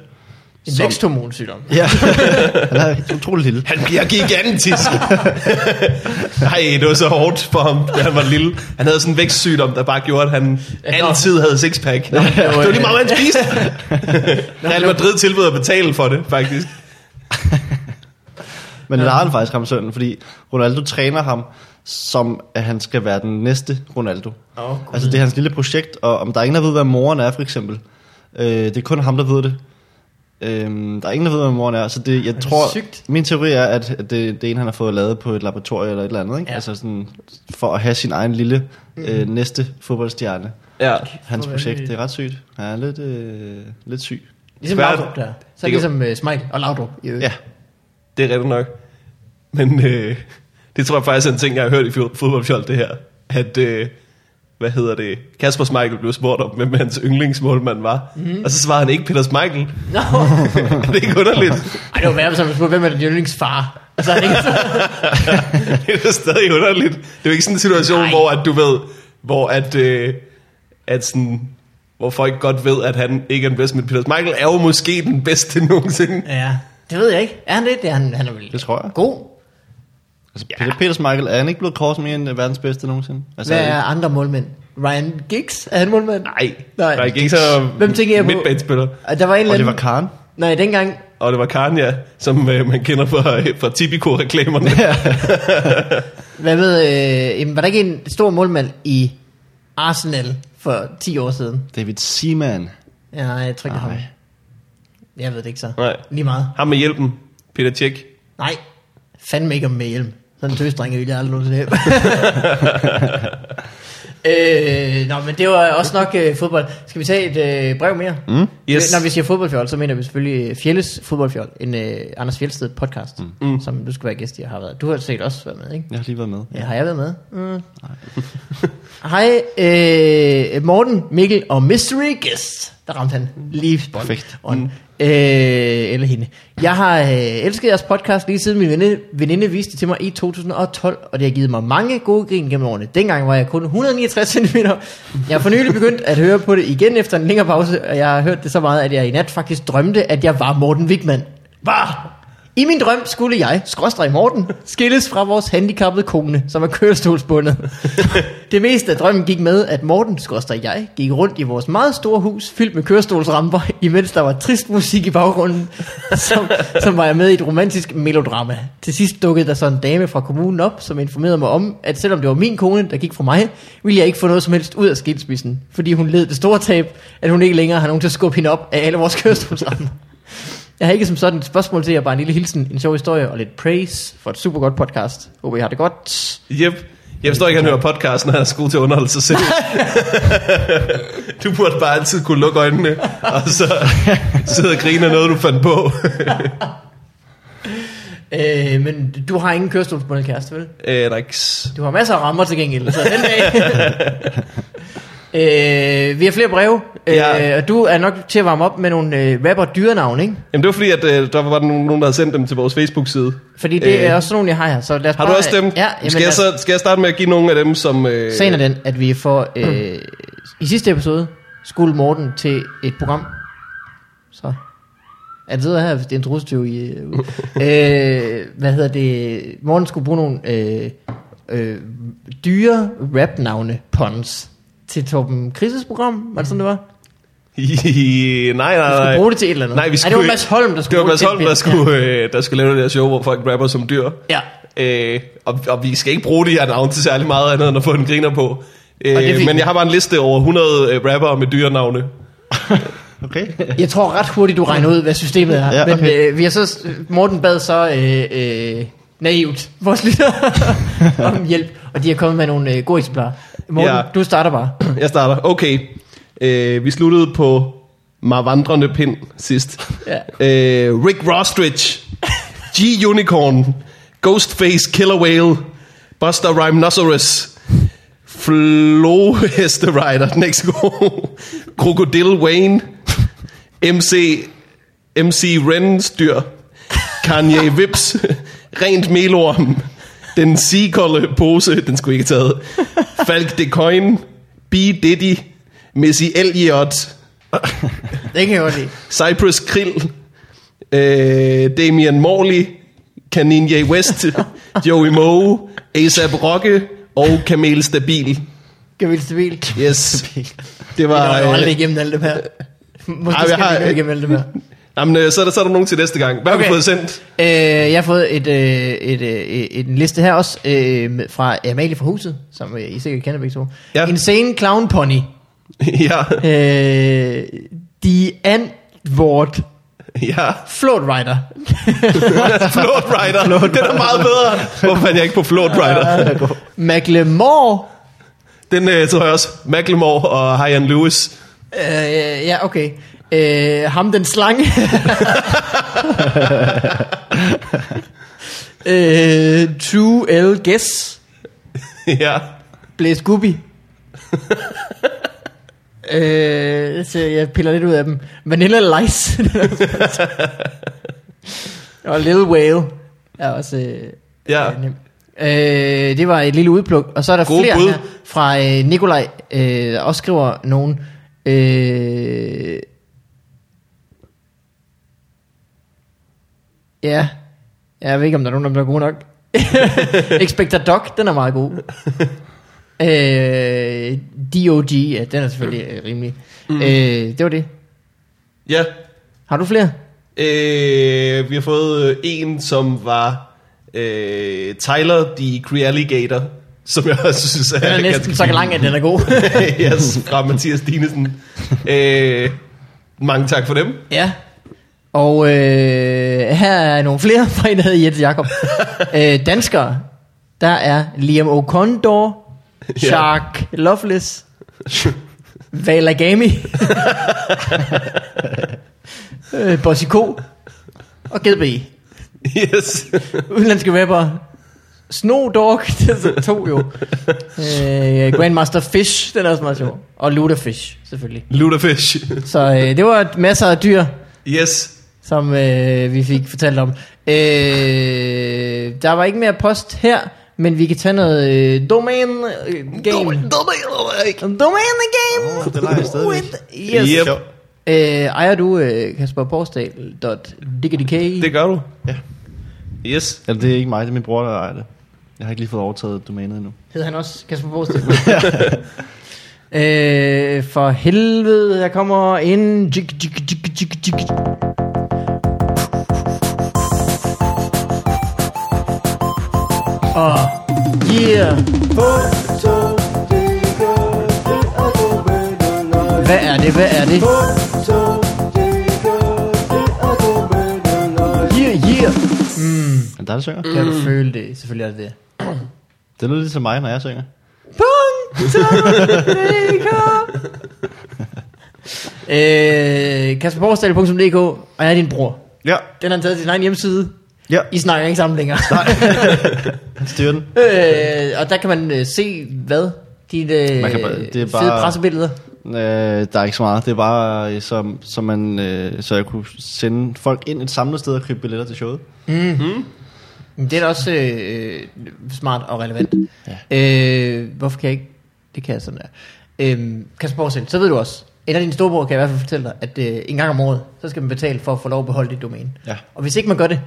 En Som- væksthormonsygdom. Ja. han er utrolig lille. Han bliver gigantisk. Nej, det var så hårdt for ham, da han var lille. Han havde sådan en vækstsygdom, der bare gjorde, at han altid havde sixpack. Det var lige meget, hvad han spiste. Real Madrid tilbød at betale for det, faktisk. Men det har han faktisk ham sønnen, fordi Ronaldo træner ham, som at han skal være den næste Ronaldo. Åh, Gud. altså det er hans lille projekt, og om der er ingen, der ved, hvad moren er for eksempel. Øh, det er kun ham, der ved det. Øhm, der er ingen, der ved, hvad moren er, så det, jeg tror, sygt. min teori er, at at det, det er en, han har fået lavet på et laboratorium eller et eller andet, ikke? Ja. Mhm. Ja. Altså sådan, for at have sin egen lille øh, næste fodboldstjerne. Ja. Hans Hvor projekt, vanvittigt. det er ret sygt. Han er lidt, øh, lidt syg. Ligesom Svært. Laudrup der. Så er det Det ligesom uh, Smeichel og Laudrup. i øvrigt. Ja, Det er rigtigt nok. Men øh, det tror jeg faktisk er en ting, jeg har hørt i fod- fodboldfjold, det her. At, øh, hvad hedder det, Kasper Schmeichel blev spurgt om, hvem hans yndlingsmålmand var. Mm. Og så svarede han ikke Peter Schmeichel. Nå, er det ikke underligt? Ej, det var værre, hvis han spurgte, hvem er din yndlingsfar? Og så er han ikke så... det er da stadig underligt. Det er jo ikke sådan en situation, Nej. Nej. hvor at du ved, hvor at, øh, at sådan, hvor folk godt ved, at han ikke er den bedste, men Peter Michael er jo måske den bedste nogensinde. Ja, det ved jeg ikke. Er han det? det er han, han er vel det tror jeg. god. Altså, Peter, Peter Schmeichel, er han ikke blevet kåret som en af verdens bedste nogensinde? Altså, Hvad er andre målmænd? Ryan Giggs? Er han målmand? Nej, Nej. der er ikke så Hvem tænker jeg på? midtbanespiller. Og Der var en eller Oliver anden... Kahn? Nej, dengang... Og det var Kanye, som øh, man kender fra, øh, fra Tipico-reklamerne. Hvad med... Øh, jamen, var der ikke en stor målmand i Arsenal for 10 år siden? David Seaman. Ja, nej, jeg tror ikke, det er Nej. ham. Jeg ved det ikke så. Nej. Lige meget. Ham med hjælpen, Peter Tjek. Nej, fandme ikke om med hjelm. Sådan en tøsdrenge ville jeg aldrig nogensinde have. øh, nå, men det var også nok øh, fodbold. Skal vi tage et øh, brev mere? Mm, yes. Når vi siger fodboldfjold, så mener vi selvfølgelig øh, Fjelles fodboldfjold. En øh, Anders Fjellsted podcast, mm. som du skal være gæst i og har været. Du har sikkert også været med, ikke? Jeg har lige været med. Ja, har jeg været med? Mm. Hej, øh, Morten, Mikkel og Mystery Guest. Der ramte han lige spot. Perfekt. on. Øh, eller hende. Jeg har øh, elsket jeres podcast lige siden min veninde, veninde viste det til mig i 2012, og det har givet mig mange gode grin gennem årene. Dengang var jeg kun 169 cm. Jeg har for nylig begyndt at høre på det igen efter en længere pause, og jeg har hørt det så meget, at jeg i nat faktisk drømte, at jeg var Morten Wigman. Var i min drøm skulle jeg, skråstrej Morten, skilles fra vores handicappede kone, som er kørestolsbundet. Det meste af drømmen gik med, at Morten, skråstrej jeg, gik rundt i vores meget store hus, fyldt med kørestolsramper, imens der var trist musik i baggrunden, som, som var jeg med i et romantisk melodrama. Til sidst dukkede der så en dame fra kommunen op, som informerede mig om, at selvom det var min kone, der gik fra mig, ville jeg ikke få noget som helst ud af skilsmissen, fordi hun led det store tab, at hun ikke længere har nogen til at skubbe hende op af alle vores kørestolsramper. Jeg har ikke som sådan et spørgsmål til jer, bare en lille hilsen, en sjov historie og lidt praise for et super godt podcast. Håber I har det godt. Yep. Jeg forstår ikke, at han hører podcast, når han er så god til at underholde sig selv. du burde bare altid kunne lukke øjnene, og så sidde og grine af noget, du fandt på. Øh, men du har ingen kørestolsbundet kæreste, vel? øh, Rex. Du har masser af rammer til gengæld, så den dag. øh, vi har flere breve, øh, Ja. og du er nok til at varme op med nogle øh, rapper dyrenavn, ikke? Jamen det var fordi, at øh, der var nogen, nogen, der havde sendt dem til vores Facebook-side. Fordi det øh, Øh. er også sådan nogle, jeg har her. Så lad os Har bare, du også dem? Ja, jamen, altså, skal, jeg lad så, skal jeg starte med at give nogle af dem, som... Øh, os- Sagen er den, at vi får øh, i sidste episode skulle Morten til et program. Så er det videre her, hvis det er en trustyv i... Øh, øh, hvad hedder det? Morten skulle bruge nogle øh, øh, dyre rap-navne pons til Torben Krises program. Var det sådan, det var? nej, nej, Du nej. skulle bruge det til et eller andet. Nej, vi Ej, det var skulle Mads Holm, der Det skulle var bruge Mads til Holm, et der billede. skulle, øh, der skulle lave det der show, hvor folk rapper som dyr. Ja. Øh, og, og vi skal ikke bruge de her navne til særlig meget andet, end at få en griner på. Øh, det fik men vi. jeg har bare en liste over 100 øh, rappere med dyrenavne. Okay. Jeg tror ret hurtigt, du regner ud, hvad systemet er. Ja, Ja, okay. Men okay. øh, vi har så, Morten bad så øh, øh, naivt vores lytter om hjælp, og de har kommet med nogle øh, gode eksemplarer. Morten, Ja. ja. du starter bare. Jeg starter. Okay. Øh, vi sluttede på Marvandrende Pind sidst. Ja. Øh, Rick Rostrich. G-Unicorn. Ghostface Killer Whale. Buster Rhinoceros. Flo Hesterider. Den er ikke så god. Krokodil Wayne. MC, MC Renstyr. Kanye Vips. Rent melorm. Den seakolde pose, den skulle ikke have taget. Falk de Coin. B. Diddy. Missy Elliot. Det kan jeg godt lide. Cypress Krill, øh, Damian Morley, Kanye West, Joey Moe, ASAP Rocky og Kamel Stabil. Gavild Stabil. Yes. Det Jeg var... har jo aldrig Øh, igennem alt det her. Måske Ej, skal jeg har- vi nå igennem alt det her. jamen, øh, så, er der, så er der nogen til næste gang. Hvad okay. har Okay. vi fået sendt? Øh, jeg har fået et, øh, et, øh, et, en liste her også, øh, med- fra Amalie fra huset, som øh, I sikkert kender begge to. Ja. Ja. Insane Clown Pony. ja, Øh, The Antwort ja. Float Rider. Float Rider. Den er meget bedre. Hvorfor fandt jeg ikke på Float Rider? McLemore. Den øh, tror jeg også. Macklemore og Hyan Lewis. Øh, ja, okay. Øh, ham den slange. øh, True L Guess. ja. Blæs Gubi. øh, så jeg piller lidt ud af dem. Vanilla Lice. og Little Whale. Er også øh, Ja. øh, nem. Øh, det var et lille udpluk. Og så er der Gode flere bud. her fra øh, Nikolaj, øh, der også skriver nogen. Øh, ja, jeg ved ikke, om der er nogen, af dem, der er gode nok. Expector Dog, den er meget god. øh, DOG, ja, den er selvfølgelig øh, rimelig. Mm. Øh, det var det. Ja. Har du flere? Øh, vi har fået øh, en, som var øh, Tyler the Crealligator, som jeg også synes er, Den er næsten ganske så fin. lang, at den er god. yes, fra Mathias Dinesen. Øh, mange tak for dem. ja. Og øh, her er nogle flere fra en, der hedder Jette Jacob. øh, danskere. Der er Liam O'Condor, Ja. Shark Loveless, Valagami, øh, Bossy K og GDB. Yes. Udenlandske rapper Snow Dog, det er så to jo. Øh, Grandmaster Fish, den er også meget sjov. Og Ludafish, selvfølgelig. Ludafish. Så øh, det var masser af dyr, Yes. som øh, vi fik fortalt om. Øh, der var ikke mere post her, men vi kan tage noget øh, domain øh, game. Domain game! det leger jeg stadigvæk. Yes. Yep. Øh, ejer du øh, Kasper Borsdal dot DKDK? Det gør du. Ja. Yes. Eller det er ikke mig, det er min bror, der ejer det. Jeg har ikke lige fået overtaget domænet endnu. Hed han også Kasper Borsted? øh, for helvede, der kommer en... Jig, jig, jig, jig, jig. Og yeah. Hvad er det? Hvad er det? Foto, digger, det er domæne. dig, der synger? Kan du føle det? Selvfølgelig er det det. Det lyder lidt som mig, når jeg synger. Øh, kasperborgsdal.dk, og jeg er din bror. Ja, Den har han taget til sin egen hjemmeside. ja. I snakker ikke sammen længere. Styr den. øh, og der kan man øh, se, hvad? Dine øh, Man kan bare- bare, det er fede bare- pressebilleder. Øh, der er ikke så meget. Det er bare, øh, som, som man, øh, så jeg kunne sende folk ind et samlet sted og købe billetter til showet. Men Det er da også øh, øh, smart og relevant. Ja. Øh, hvorfor kan jeg ikke? Det kan jeg sådan der. Øh, Kasper selv, så ved du også. En af dine storebror kan i hvert fald fortælle dig, at øh, en gang om året, så skal man betale for at få lov at beholde dit domæne. Ja. Og hvis ikke man gør det,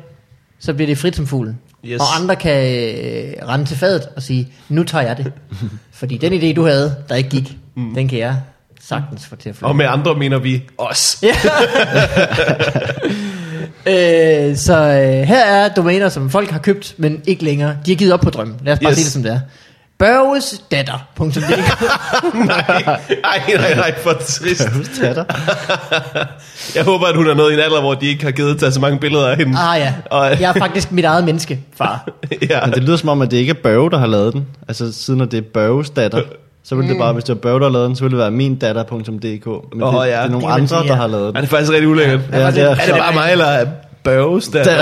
så bliver det frit som fuglen. Yes. Og andre kan øh, rende til fadet og sige, nu tager jeg det. Fordi den idé, du havde, der ikke gik, mm. den kan jeg sagtens få til at flyve. Og med andre mener vi os. Ja. øh, så øh, her er domæner, som folk har købt, men ikke længere. De har givet op på drømmen. Lad os bare Yes. yes. sige det, som det er. Børgesdatter.dk nej, nej, nej, nej, for trist. Tatter. Jeg håber, at hun er nået i en alder, hvor de ikke har givet tage så mange billeder af hende. Ah ja, Og- jeg er faktisk mit eget menneske, far. ja. Men det lyder som om, at det ikke er Børge, der har lavet den. Altså siden når det er Børges datter, så ville det bare, hvis det var Børge, der har lavet den, så ville det være mindatter.dk. Men Åh, det, ja. det er nogle Det kan man andre, sige, der ja. har lavet Ej, den. det er faktisk rigtig ulækkert. Ja, det er- er det bare mig, eller er Børges der? Det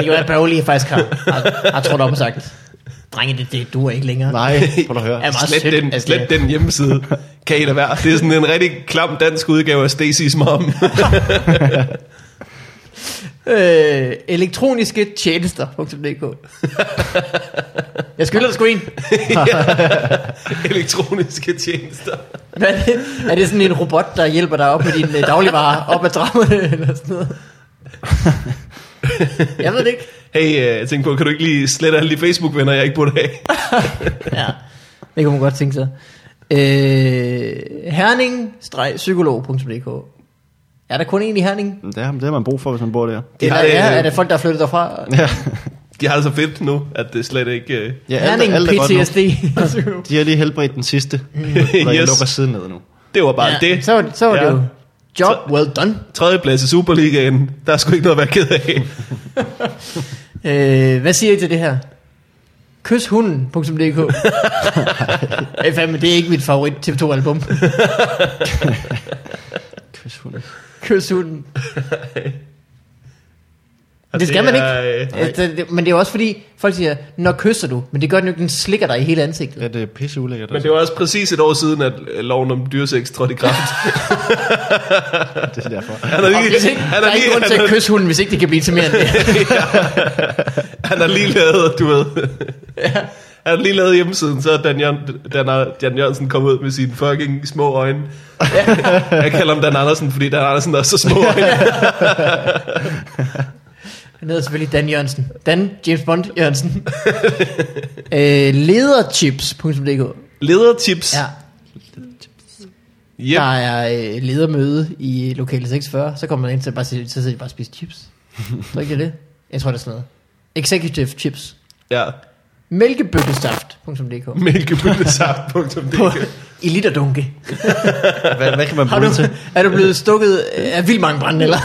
kan være, at Børge lige faktisk har, har, har trådt op og sagt, drenge, det, det duer ikke længere. Nej, prøv at høre. Ja, meget Slet sødt, den, altså, slet det den hjemmeside. Kan I da være? Det er sådan en rigtig klam dansk udgave af Stacy's mom. Øh, elektroniske tjenester.dk Jeg skylder dig sgu en. Elektroniske tjenester. Hvad er, det? er det sådan en robot, der hjælper dig op med dine øh, dagligvarer, op ad trapperne eller sådan noget? Jeg ved det ikke. Hey, øh, jeg tænkte på, kan du ikke lige slette alle de Facebook-venner, jeg ikke burde have? Ja, det kunne man godt tænke sig. Øh, herning-psykolog.dk Er der kun en i Herning? Det har, det har man brug for, hvis man bor der. Det er, Ja, der, er, øh, er der folk, der er flyttet derfra? Ja, De har det så fedt nu, at det slet ikke... Øh, ja alt, Herning, er- alt er godt nu. PTSD. Psykolog. De har lige helbredt den sidste, når jeg Yes. lukker siden ned nu. det var bare Ja, det. så, var- så var Ja. det jo. Job well done. Tredje plads i Superligaen. Der er sgu ikke noget at være ked af. Øh, hvad siger I til det her? Kyshunden.dk Ej, fandme, det er ikke mit favorit TV2-album. Kyshunden. Kyshunden. Og Det skal man ikke. er, øh, Altså, det- det- Men det er jo også fordi, folk siger, når kysser du, men det gør den jo ikke, den slikker dig i hele ansigtet. Ja, det er pisse ulækkert. Men det var også præcis et år siden, at øh, loven om dyreseks trådte i kraft. det er derfor. Han har Og lige, hvis ikke, han der har er lige, ikke grund til han at har, kysse hunden, hvis ikke det kan blive til mere end det. han har lige lavet, du ved. Han har lige lavet hjemmesiden, så er Dan, Jørgen, Dan, Dan Jørgensen kommet ud med sine fucking små øjne. Jeg kalder ham Dan Andersen, fordi Dan Andersen er så små øjne. Han hedder selvfølgelig Dan Jørgensen. Dan James Bond Jørgensen. øh, lederchips.dk Ledertips. Ja, Yep. der er øh, ledermøde i lokale 46, så kommer man ind til at bare sige, så sidder de bare og spiser chips. Tror ikke det er det? Jeg tror det er sådan noget. Executive chips. Ja. Mælkebøttestaft.dk På, Mælkebøttesaft.dk I literdunke. Hvad, hvad kan man Har bruge du, den til? er du blevet stukket øh, af vildt mange brænde, eller?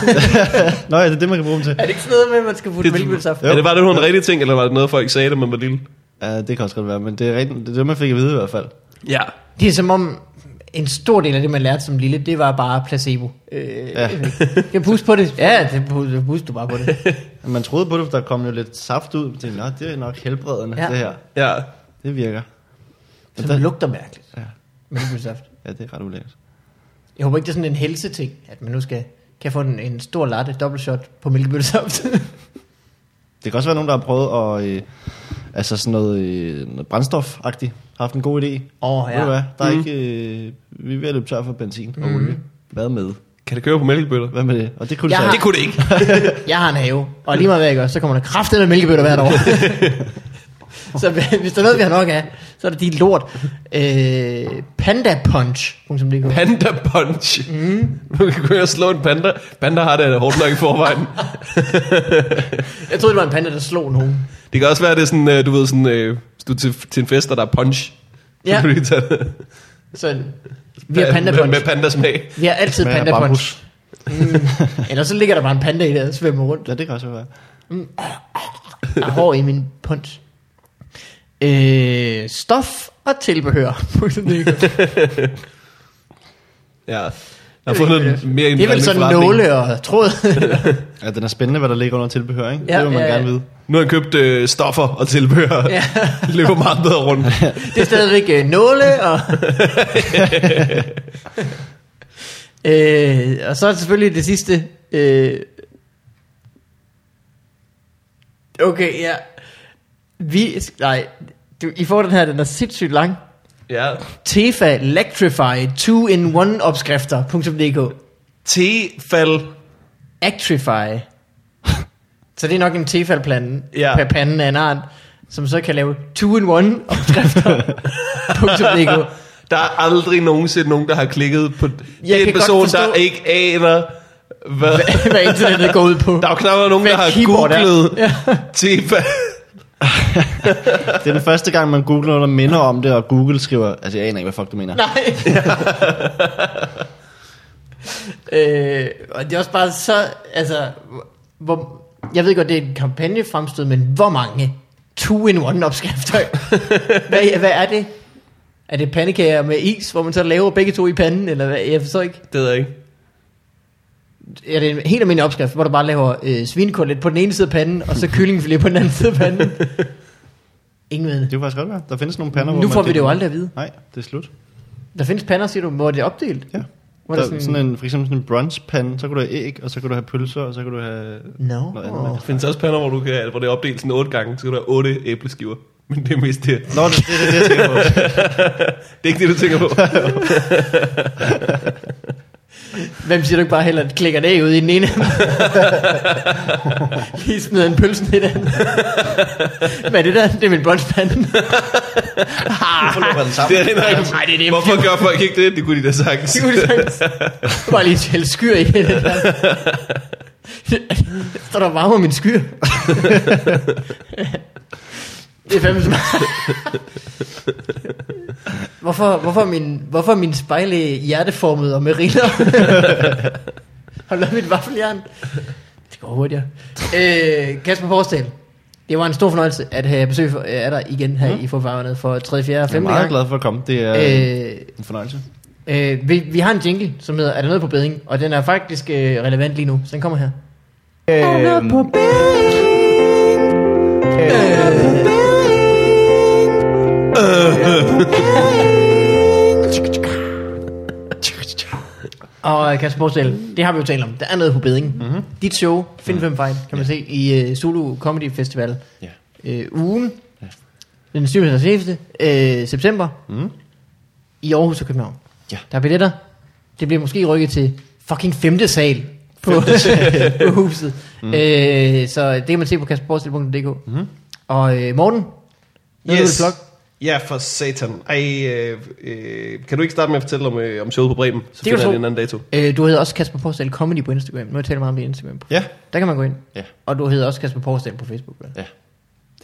Nå ja, det er det, man kan bruge den til. er det ikke sådan noget med, at man skal putte mælkebøttesaft? Er det bare det var en rigtig ting, eller var det noget, folk sagde, da man var lille? Ja, det kan også godt være, men det er, rent, det, er det, man fik at vide i hvert fald. Ja. Det er som om, en stor del af det, man lærte som lille, det var bare placebo. Øh, ja. Ja. Kan puste på det? Ja, det pu- puste du bare på det. Man troede på det, der kom jo lidt saft ud, men tænkte, "Nå, det er nok helbredende, Ja. ja. det her. Ja. Det virker. Så Men det der, lugter mærkeligt. Ja. Mælkebøttesaft. ja, det er ret ulækkert. Jeg håber ikke, det er sådan en helseting, at man nu skal kan få en, en stor latte dobbeltshot på mælkebøttesaft. Det kan også være nogen, der har prøvet at... Øh, altså sådan noget, øh, noget brændstofagtigt. Har haft en god idé. Åh, Ved du ja. Mm. hvad? Der er ikke... Øh, vi er ved at løbe tør for benzin og olie. Hvad med? Kan det køre på mælkebøtter? Hvad med det? Og det kunne du Jeg så har- ikke. Det kunne det ikke. Jeg har en have, og lige meget hvad jeg gør, så kommer der kraftet med mælkebøtter hvert år. så hvis der er noget, vi har nok af, så er det de lort. Øh, pandapunch.dk Panda punch. Mm. Du kan gå og slå en panda. Panda har det hårdt nok i forvejen. Jeg troede, det var en panda, der slog nogen. Det kan også være, det er sådan, øh, du ved, sådan, øh, hvis du er til, til en fest, og der er punch. Ja. Så kan du lige tage det. Så vi har panda Med, med punch. pandasmag. Vi har altid Smager af panda punch. bambus. Mm. Ellers så ligger der bare en panda i der og svømmer rundt. Ja, det kan også være. Jeg har hår i min punch. Øh, stof og tilbehør. det Ja. Jeg har fundet Det er mere end er vel sådan nåle og tråd. Ja, den er spændende, hvad der ligger under tilbehør, ikke? Ja, det vil man ja, ja. gerne vide. Nu har han købt øh, stoffer og tilbehør. Ja. Ja. Løber meget bedre rundt. det er stadigvæk øh, nåle og... øh, og så er det selvfølgelig det sidste. Øh... Okay, ja. Vi... Nej, du, I får den her, den er sindssygt lang. Ja. Tefa Electrify 2-in-1 opskrifter.dk Tefal. Actrify. Så det er nok en tefalplande ja. Ja. per panden af en art, som så kan lave 2-in-1 opskrifter. .dk. Der er aldrig nogensinde nogen, der har klikket på... Jeg Jeg det er kan en godt person, forstå- der ikke aner, hvad... hvad internettet går ud på. Der er jo knap nok nogen, Hvad der har keyboard er. googlet Tefal. Det er den første gang, man googler noget, der minder om det, og Google skriver, altså jeg aner ikke, hvad fuck du mener. Nej. øh, og det er også bare så, altså, hvor, jeg ved godt, det er en kampagne fremstød, men hvor mange two-in-one opskrifter? hvad, hvad er det? Er det pandekager med is, hvor man så laver begge to i panden, eller hvad? Jeg forstår ikke. Det ved jeg ikke. Er det en helt almindelig opskrift, hvor du bare laver øh, svinekotelet på den ene side af panden, og så kyllingfilet på den anden side af panden? Ingen ved Det det. kunne faktisk godt være. Der findes nogle pander, hvor Nu man får vi det jo deler- aldrig at vide. Nej, det er slut. Der findes pander, siger du, hvor det er opdelt. Ja. Hvor der er sådan en, for eksempel sådan en brunchpande, så kan du have æg, og så kan du have pølser, og så kan du have... No. Noget andet, Der findes også pander, hvor, du kan, hvor det er opdelt sådan otte gange, så kan du have otte æbleskiver. Men det er mest det. Nå, det, det, det, det jeg tænker på. Det er ikke det, du tænker på. Hvem siger du ikke bare heller, at klikker det ud i den ene? Lige smider en pølse ned i den. Hvad er det der? Det er min Ah. brunchpande. det er rent Nej, det er det. Hvorfor gør folk ikke det? Det kunne de da sagtens. Det kunne de sagtens. Bare lige til skyr i det der. Står der og varmer min skyr. det er fandme smart. hvorfor, hvorfor, er min, hvorfor er min spejle hjerteformet og med riller? Har du lavet mit vaffeljern? Det går hurtigere. Øh, Kasper Forsdal. Det var en stor fornøjelse at have besøg for- af dig igen her mm. i Forfarvandet for 3., 4. og Jeg er 5. meget gang. glad for at komme. Det er øh, Øh, en fornøjelse. Øh, vi, vi har en jingle, som hedder Er der noget på beding? Og den er faktisk øh, relevant lige nu, så den kommer her. Og øh, Kasper Borsdal, det har vi jo talt om. Der er noget på beding. Mhm. Mm-hmm. Dit show, Find Fem Fejl, kan man se i øh, Solo Comedy Festival Ja. øh, ugen. Den 27. Øh, september. Mm. I Aarhus og København. Mhm. Ja. Der er billetter. Det bliver måske rykket til fucking femte sal på, på huset. Mhm. Mm. Øh, så det kan man se på kasperborstil.dk. Mm. Og øh, Morten, nu yes. er du Ja, for satan. Ej, øh, øh, kan du ikke starte med at fortælle om, øh, om showet på Bremen? Så Det finder kan du jeg tro. det en anden dato. øh, Du hedder også Kasper Porsdal Comedy på Instagram. Nu har jeg talt meget om det i Instagram. Ja, Der kan man gå ind. Ja. Og du hedder også Kasper Porsdal på Facebook. Vel? ja.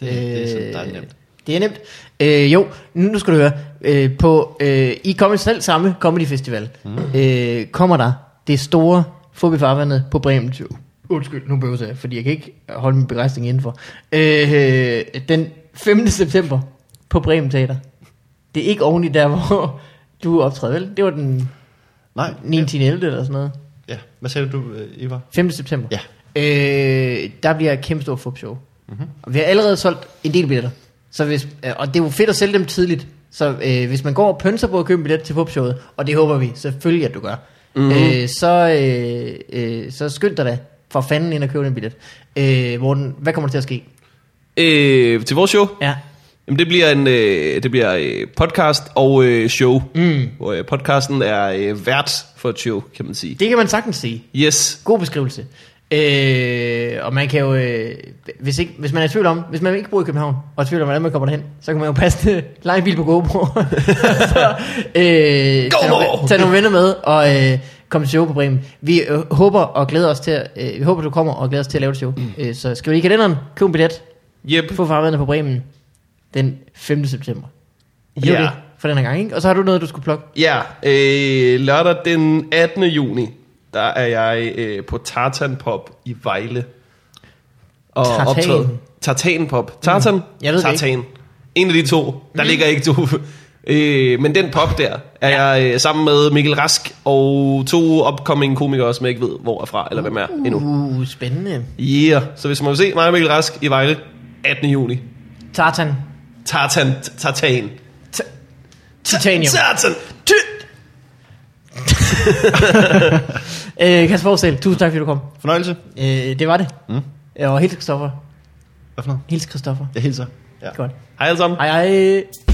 Det, øh, det er sådan dejligt nemt. Det er nemt. Øh, jo, nu nu skal du høre. Øh, på, øh, I kommer selv samme Comedy Festival. Mm. Øh, kommer der det store Fobi Farvandet på Bremen 20. Undskyld, nu bøvser jeg, fordi jeg kan ikke holde min begejstring indenfor. Øh, øh, den 5. september på Bremen Teater. Det er ikke oven i der, hvor du optræder, vel? Det var den Nej, 19. 11. eller sådan noget. ja. Hvad sagde du, øh, Ivar? 5. september. Ja. Øh, der bliver et kæmpe stort fup show. Mm-hmm. Og vi har allerede solgt en del billetter. Så hvis, øh, og det er jo fedt at sælge dem tidligt. Så øh, hvis man går og pønser på at købe en billet til popshowet, og det håber vi selvfølgelig, at du gør, mm-hmm. øh, så, øh, øh, så skynd dig da for fanden ind og købe en billet. Øh, Morten, hvad kommer der til at ske? Øh, til vores show? Ja. Jamen, det bliver en øh, det bliver øh, podcast og øh, show. Mm. Hvor øh, podcasten er øh, vært for et show, kan man sige. Det kan man sagtens sige. Yes. God beskrivelse. Øh, og man kan jo, øh, hvis, ikke, hvis man er i tvivl om, hvis man ikke bor i København, og er i tvivl om, hvordan man kommer derhen, så kan man jo passe lege en bil på GoPro. så, øh, tag, nogle, tag nogle venner med, og øh, kom til show på Bremen. Vi øh, håber og glæder os til, at- øh, vi håber, du kommer og glæder os til at lave det show. Mm. Øh, så skriv i kalenderen, køb en billet, Yep. få farvandet på Bremen den 5. september. Og det Ja. var det for den her gang, ikke? Og så har du noget, du skulle plukke. Ja, øh, lørdag den 18. juni, der er jeg øh, på Tartan Pop i Vejle. og Tartan. optræde. Tartan-pop. Tartan? Mm. Jeg ved det Mm. Tartan. En af de to. Der ligger ikke to. Øh, men den pop der er jeg øh, sammen med Mikkel Rask og to upcoming komikere, som jeg ikke ved, hvor er fra, eller hvem er endnu. Uh, spændende. Yeah. Så hvis man vil se mig og Mikkel Rask i Vejle, 18. juni. Tartan. Tartan. Tartan. Titanium. Tartan. Øh, Kasper Aarhus tusind tak, fordi du kom. Fornøjelse. Øh, det var det. Mm. Og helt Christoffer. Hvad for noget? Hils Christoffer. Jeg hilser. Ja. Godt. Hej alle sammen. Hej hej.